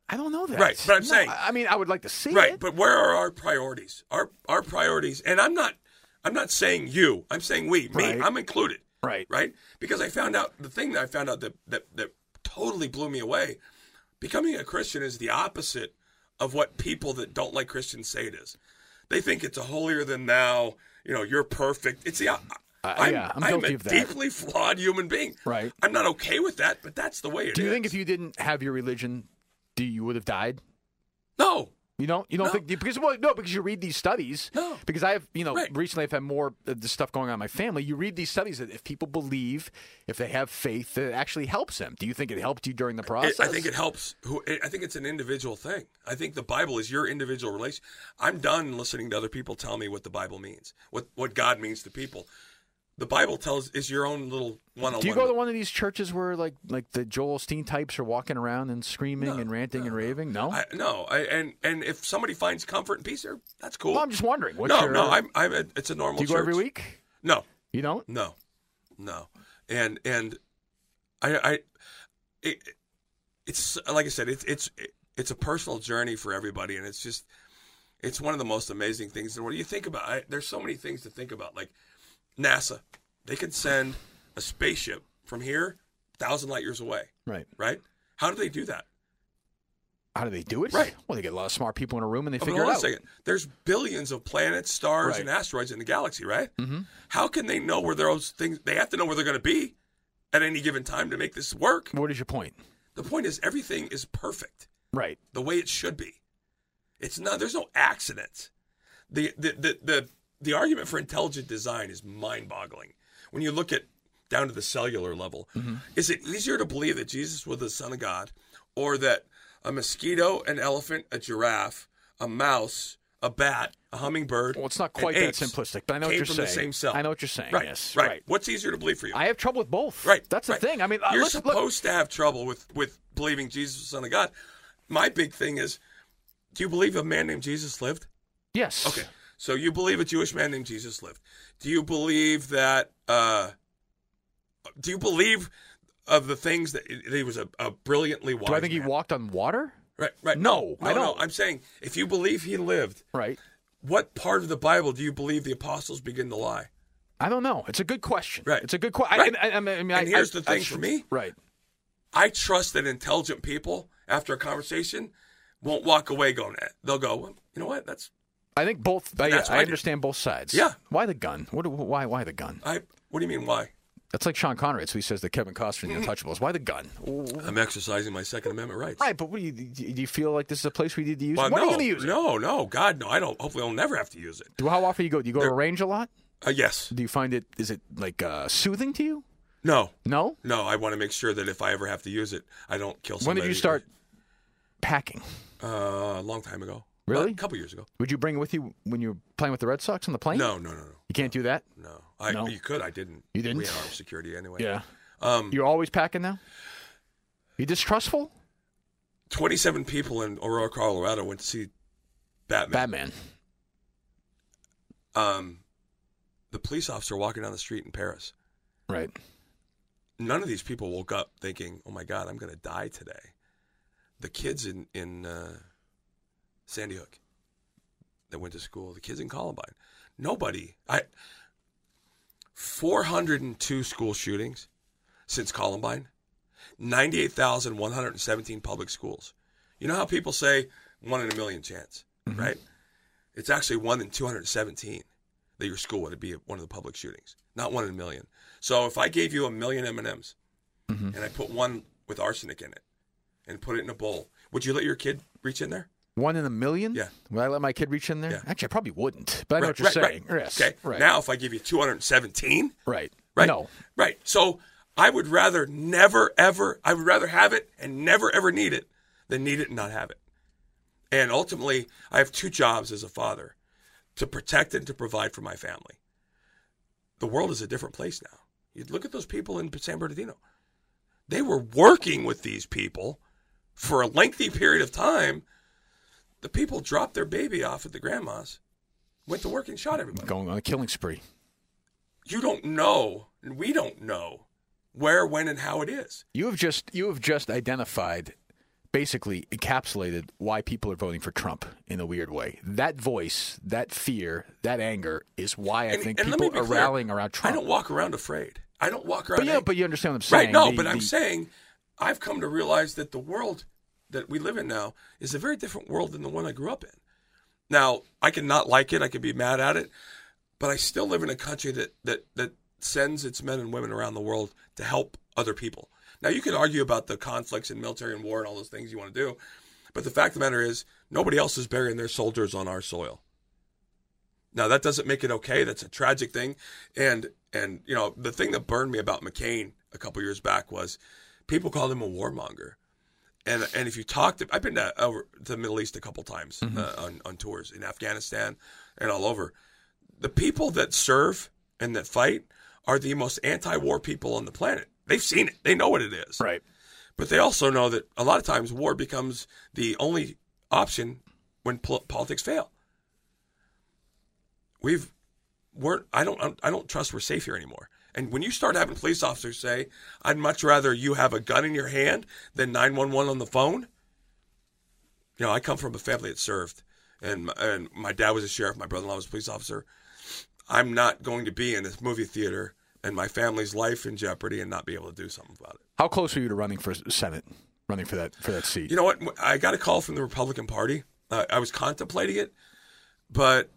I don't know that.
Right, but I'm
No,
saying-
I I mean, I would like to see
Right,
it.
but where are our priorities? Our our priorities, and I'm not, I'm not saying you. I'm saying we, me.
Right.
I'm included.
right.
right? Because I found out the thing that I found out that that, that totally blew me away. Becoming a Christian is the opposite of what people that don't like Christians say it is. They think it's a holier than thou. You know, you're perfect. It's the I'm,
Uh, yeah, I'm
I'm
guilty
a
of that.
deeply flawed human being.
Right.
I'm not okay with that, but that's the way it is.
Do you think if you didn't have your religion, do you would have died?
no?
You don't. You don't
No.
think because well, no, because you read these studies.
No.
Because I have, you know,
Right.
recently I've had more of this stuff going on in my family. You read these studies that if people believe, if they have faith, that it actually helps them. Do you think it helped you during the
It-
process?
I think it helps. Who I think it's an individual thing. I think the Bible is your individual relation. I'm done listening to other people tell me what the Bible means, what what God means to people. The Bible tells is your own little one on one.
Do you go to one of these churches where like like the Joel Osteen types are walking around and screaming and ranting and raving? No.
I, no, I, and and if somebody finds comfort and peace there, that's cool.
well, I'm just wondering. What's
no,
your,
no, I'm, I'm. It's a normal.
do you go
church.
every week?
No,
You don't.
No, no, and and I I it, it's like I said it's it's it's a personal journey for everybody, and it's just it's one of the most amazing things. And what do you think about? I, there's so many things to think about. Like NASA, they can send a spaceship from here, thousand light years away,
Right.
right? How do they do that?
How do they do it?
Right.
Well, they get a lot of smart people in a room and they
Oh, but
figure it
hold on
out.
a second. There's billions of planets, stars,
Right.
and asteroids in the galaxy, right? Mm-hmm. How can they know where those things? They have to know where they're going to be at any given time to make this work.
What is your point?
The point is, everything is perfect
Right.
the way it should be. It's not. There's no accidents. The the the the, the argument for intelligent design is mind-boggling when you look at down to the cellular level.
Mm-hmm.
Is it easier to believe that Jesus was the Son of God, or that a mosquito, an elephant, a giraffe, a mouse, a bat, a hummingbird?
Well, it's not
and
quite that
apes
simplistic, but I know what
came
you're
from
saying.
The same cell.
I know what you're saying,
Right,
yes,
right.
right.
What's easier to believe for you?
I have trouble with both.
Right.
That's
right.
the thing. I mean, uh,
you're
listen, look-
supposed to have trouble with with believing Jesus was the Son of God. My big thing is, do you believe a man named Jesus lived?
yes.
Okay, so you believe a Jewish man named Jesus lived. Do you believe that? Uh, do you believe of the things that that he was a, a brilliantly wise?
Do I think he
man?
walked on water?
Right, right.
No,
no,
I
no.
don't.
I'm saying if you believe he lived,
Right.
what part of the Bible do you believe the apostles begin to lie?
I don't know. It's a good question.
Right.
It's a good question.
Right.
I, I, I mean, I,
And here's
I-
the thing
I-
for me.
Right.
I trust that intelligent people, after a conversation, won't walk away going. Eh. They'll go, well, you know what? That's
I think both. I,
That's what
I
I do.
understand both sides.
Yeah.
Why the gun? What, why? Why the gun?
I. What do you mean? Why?
That's like Sean Connery. It's who he says that Kevin Costner
Mm-hmm.
in the Untouchables. Why the gun?
I'm exercising my Second Amendment rights.
Right. But what do you do? You feel like this is a place we need to use?
Well,
it? when
no,
are you going to use it?
no, no, God, no. I don't. Hopefully, I'll never have to use it.
Do- How often do you go? Do you go to a
There-
range a lot?
Uh, yes.
Do you find it? Is it like uh, soothing to you?
No.
No.
No. I want to make sure that if I ever have to use it, I don't kill
When
somebody.
did you start packing?
Uh, a long time ago.
Really?
Uh, a couple years ago.
Would you bring it with you when you were playing with the Red Sox on the plane?
No, no, no, no,
You can't do that?
no. I
No.
you could. I didn't.
You didn't?
We had armed security anyway.
Yeah.
Um,
You're always packing now? You distrustful?
27 people in Aurora, Colorado, went to see Batman.
Batman.
um, the police officer walking down the street in Paris.
Right.
None of these people woke up thinking, "Oh my God, I'm going to die today." The kids in in uh, Sandy Hook that went to school, the kids in Columbine, nobody. I 402 school shootings since Columbine, 98,117 public schools. You know how people say one in a million chance, right? It's actually one in 217 that your school would be at one of the public shootings, not one in a million. So if I gave you a million M and M's,
Mm-hmm.
and I put one with arsenic in it, and put it in a bowl, would you let your kid reach in there?
One in a million?
Yeah.
Would I let my kid reach in there?
Yeah.
Actually, I probably wouldn't, but I know
Right,
what you're
right,
saying.
Right.
Yes.
Okay.
Right.
Now if I give you 217,
right.
right?
No.
Right. So I would rather never ever I would rather have it and never ever need it than need it and not have it. And ultimately, I have two jobs as a father to protect and to provide for my family. The world is a different place now. You look at those people in San Bernardino. They were working with these people for a lengthy period of time. The people dropped their baby off at the grandma's, went to work and shot everybody.
Going on a killing spree.
You don't know, and we don't know where, when, and how it is.
You have just you have just identified, basically encapsulated why people are voting for Trump in a weird way. That voice, that fear, that anger is why I
And-
think
and let me
people are
be clear,
rallying around Trump.
I don't walk around afraid. I don't walk around.
but yeah, but you understand what I'm saying.
right? No,
The-
but I'm
the-
saying I've come to realize that the world that we live in now is a very different world than the one I grew up in. Now I can not like it. I can be mad at it, but I still live in a country that that that sends its men and women around the world to help other people. Now you can argue about the conflicts and military and war and all those things you want to do, but the fact of the matter is nobody else is burying their soldiers on our soil. Now that doesn't make it okay. That's a tragic thing, and and you know the thing that burned me about McCain a couple years back was people called him a warmonger, and and if you talk to I've been to, over to the Middle East a couple times uh, on on tours in Afghanistan and all over. The people that serve and that fight are the most anti-war people on the planet. They've seen it. They know what it is.
right.
But they also know that a lot of times war becomes the only option when pol- politics fail. We've we're I don't I don't trust we're safe here anymore. And when you start having police officers say, "I'd much rather you have a gun in your hand than 911 on the phone," you know, I come from a family that served, and my, and my dad was a sheriff, my brother-in-law was a police officer. I'm not going to be in this movie theater and my family's life in jeopardy and not be able to do something about it.
How close are you to running for Senate? Running for that for that seat?
You know what? I got a call from the Republican Party. Uh, I was contemplating it, but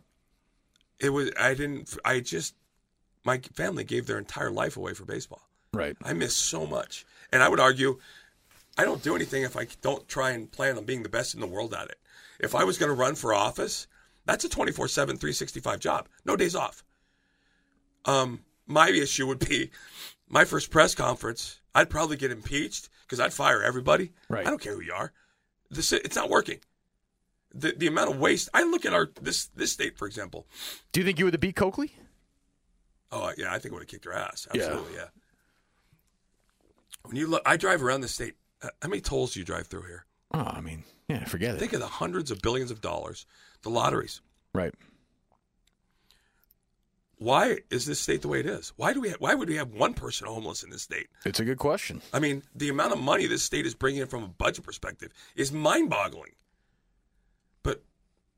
it was I didn't. I just my family gave their entire life away for baseball.
right.
I miss so much, and I would argue I don't do anything if I don't try and plan on being the best in the world at it. If I was going to run for office, that's a 24/7 365 job. No days off. Um my issue would be my first press conference, I'd probably get impeached cuz I'd fire everybody.
Right.
I don't care who you are. This it's not working. The the amount of waste. I look at our this this state for example.
Do you think you would have beat Coakley?
Oh yeah, I think would have kicked her ass.
Yeah.
Absolutely, yeah. When you look I drive around the state. Uh, How many tolls do you drive through here?
Oh, I mean, yeah, forget it.
Think of the hundreds of billions of dollars, the lotteries.
right.
Why is this state the way it is? Why do we? Have, why would we have one person homeless in this state?
It's a good question.
I mean, the amount of money this state is bringing in from a budget perspective is mind-boggling. But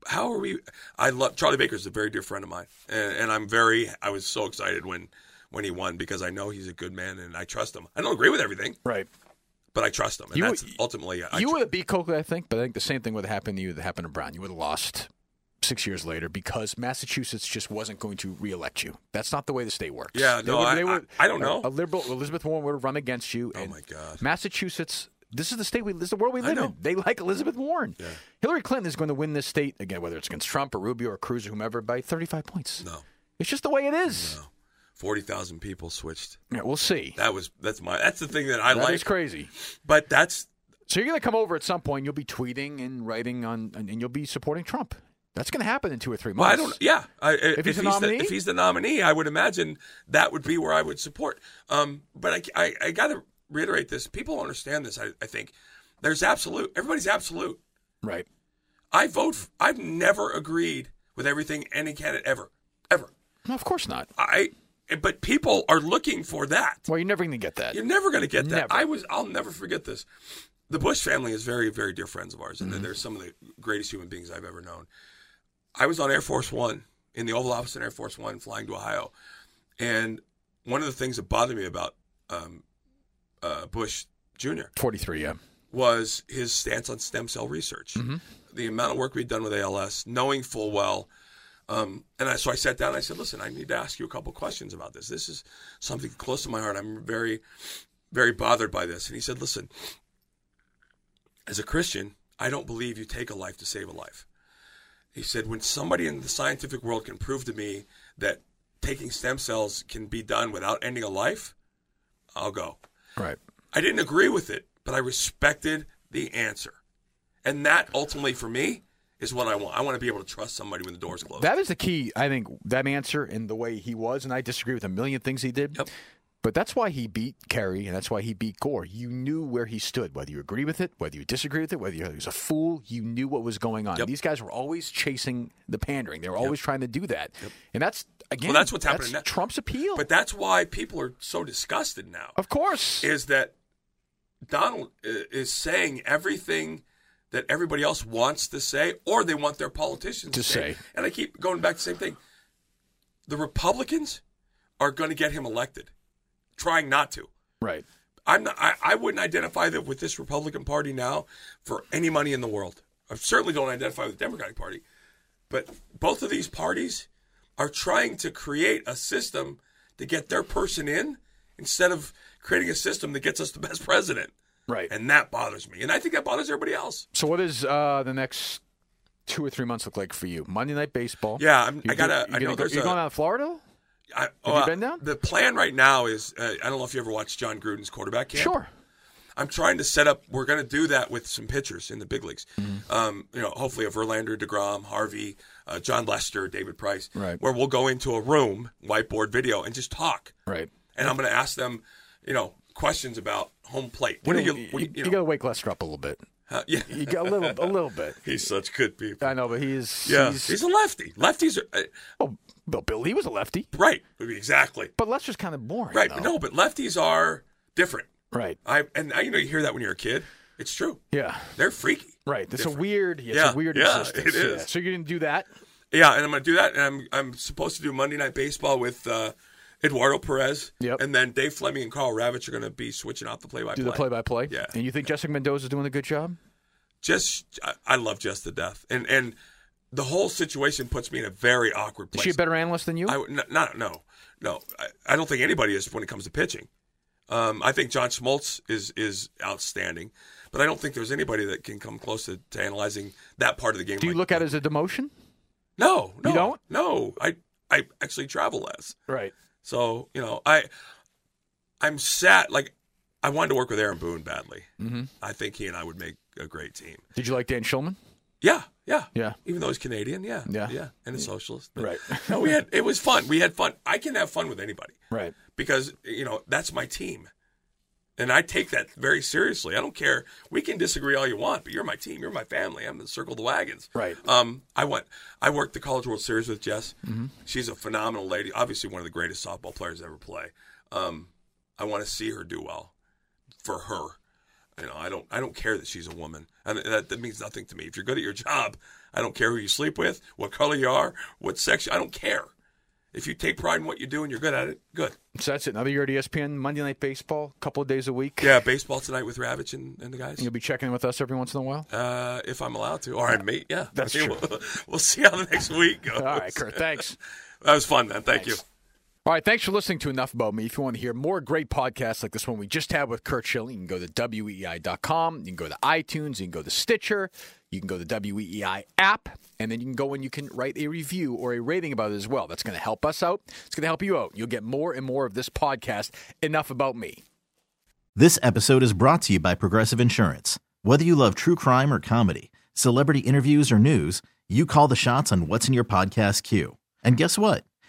how are we? I love Charlie Baker's a very dear friend of mine, and, and I'm very. I was so excited when when he won because I know he's a good man and I trust him. I don't agree with everything,
Right.
but I trust him, and
You-
that's ultimately. I,
you
tr-
would have beat Coakley, I think, but I think the same thing would have happened to you that happened to Brown. You would have lost six years later because Massachusetts just wasn't going to reelect you. That's not the way the state works.
Yeah, no, I- I- I don't
a-
know.
A, liberal Elizabeth Warren would have run against you.
Oh
and
my God.
Massachusetts. This is the state we. This is the world we
I
live in.
know.
They like Elizabeth Warren. Hillary Clinton is going to win this state again, whether it's against Trump or Rubio or Cruz or whomever, by 35 points.
no,
It's just the way it is.
forty thousand people switched.
Yeah, we'll see.
That was that's my that's the thing that I
That
like.
is crazy.
But that's
So you're going to come over at some point. You'll be tweeting and writing on, and and you'll be supporting Trump. That's going to happen in two or three
well, I
months.
don't. Yeah, I, if,
he's the nominee?
the, if he's the nominee, I would imagine that would be where I would support. Um, but I, I, I got to reiterate this. People don't understand this. I, I think there's absolute. Everybody's absolute.
Right.
I vote. f I've never agreed with everything any candidate ever, ever.
No, of course not.
I. But people are looking for that.
Well, you're never going to get that.
You're never going to get that.
Never.
I was. I'll never forget this. The Bush family is very, very dear friends of ours, and
Mm-hmm.
they're some of the greatest human beings I've ever known. I was on Air Force One in the Oval Office in Air Force One, flying to Ohio, and one of the things that bothered me about um, uh, Bush Jr.
43, yeah.
was his stance on stem cell research. The amount of work we'd done with ALS, knowing full well. Um, and I, so I sat down and I said, listen, I need to ask you a couple questions about this. This is something close to my heart. I'm very, very bothered by this. And he said, listen, as a Christian, I don't believe you take a life to save a life. He said, when somebody in the scientific world can prove to me that taking stem cells can be done without ending a life, I'll go.
Right.
I didn't agree with it, but I respected the answer. And that ultimately for me is what I want. I want to be able to trust somebody when the door's closed.
That is the key, I think, that answer and the way he was. And I disagree with a million things he did.
Yep.
But that's why he beat Kerry and that's why he beat Gore. You knew where he stood, whether you agree with it, whether you disagree with it, whether he was a fool, you knew what was going on.
Yep.
These guys were always chasing the pandering. They were always trying to do that. And that's, again,
Well, that's what's happening now.
Trump's appeal.
but that's why people are so disgusted now.
of course.
is that Donald i- is saying everything that everybody else wants to say or they want their politicians to,
To say.
And I keep going back to the same thing. The Republicans are going to get him elected, trying not to.
right.
I'm not, I, I wouldn't identify that with this Republican Party now for any money in the world. I certainly don't identify with the Democratic Party. But both of these parties are trying to create a system to get their person in instead of creating a system that gets us the best president.
Right.
And that bothers me. And I think that bothers everybody else.
so, what does uh, the next two or three months look like for you? Monday Night Baseball.
Yeah, I'm,
You're
I gotta.
go-
I
You're,
know
gonna go-
there's
you're
a-
going out to Florida?
I-
you
uh,
been down?
The plan right now is uh, I don't know if you ever watched John Gruden's quarterback camp.
Sure.
I'm trying to set up. We're going to do that with some pitchers in the big leagues. Um, you know, hopefully a Verlander, Degrom, Harvey, uh, John Lester, David Price.
Right.
Where we'll go into a room, whiteboard video, and just talk.
Right.
And I'm going to ask them, you know, questions about home plate. What are you? What do you, you know,
got to wake Lester up a little bit.
huh? yeah.
You got a little, a little bit.
He's such good people.
I know, but he is.
Yeah. Uh, He's,
he's,
a lefty. Lefties are uh,
well, Bill, Bill, he was a lefty,
right. Exactly.
but Lester's kind of boring.
Right.
though.
No, but lefties are different.
right,
I and I, you know you hear that when you're a kid. It's true.
yeah,
They're freaky.
right. It's a
Different.
weird, it's
Yeah,
a weird
yeah,
existence.
it is.
Yeah. So you're gonna do that?
Yeah, and I'm gonna do that. And I'm I'm supposed to do Monday Night Baseball with uh, Eduardo Perez.
Yep.
And then Dave Fleming and Carl Ravitch are gonna be switching off the play-by-play.
Do the play-by-play?
Yeah.
And you think Jessica Mendoza's doing a good job?
Just I, I love Just to Death, and and the whole situation puts me in a very awkward
Is
place.
she a better analyst than you?
I would- n- not no no. I, I don't think anybody is when it comes to pitching. Um, I think John Smoltz is is outstanding, but I don't think there's anybody that can come close to, to analyzing that part of the game.
do you
like-
look at it as a demotion?
No, no,
You don't?
No, I I actually travel less.
Right.
So you know, I I'm sad. Like I wanted to work with Aaron Boone badly. Mm-hmm. I think he and I would make a great team.
Did you like Dan Schulman?
Yeah, yeah,
Yeah.
Even though he's Canadian, yeah,
Yeah.
yeah, and a socialist.
Right.
no, we had it was fun. We had fun. I can have fun with anybody
Right.
because you know that's my team, and I take that very seriously. I don't care. We can disagree all you want, but you're my team. You're my family. I'm the circle of the wagons.
Right.
Um. I went. I worked the College World Series with Jess. She's a phenomenal lady. Obviously, one of the greatest softball players to ever play. Um. I want to see her do well, for her. You know, I don't. I don't care that she's a woman, and that, that means nothing to me. If you're good at your job, I don't care who you sleep with, what color you are, what sex. you- I don't care. If you take pride in what you do and you're good at it, good.
So that's it. Another year at E ESPN, Monday Night Baseball, a couple of days a week.
Yeah, baseball tonight with Ravitch and, and the guys.
You'll be checking in with us every once in a while.
Uh, if I'm allowed to. All right, mate. Yeah.
That's
Okay,
true.
We'll, we'll see how the next week goes.
All right, Kurt. Thanks.
That was fun, man. Thank you.
Thanks. All right, thanks for listening to Enough About Me. If you want to hear more great podcasts like this one we just had with Kurt Schilling, you can go to E weei.com, you can go to iTunes, you can go to Stitcher, you can go to the WEI app, and then you can go and you can write a review or a rating about it as well. That's going to help us out. It's going to help you out. You'll get more and more of this podcast, Enough About Me.
This episode is brought to you by Progressive Insurance. Whether you love true crime or comedy, celebrity interviews or news, you call the shots on what's in your podcast queue. And guess what?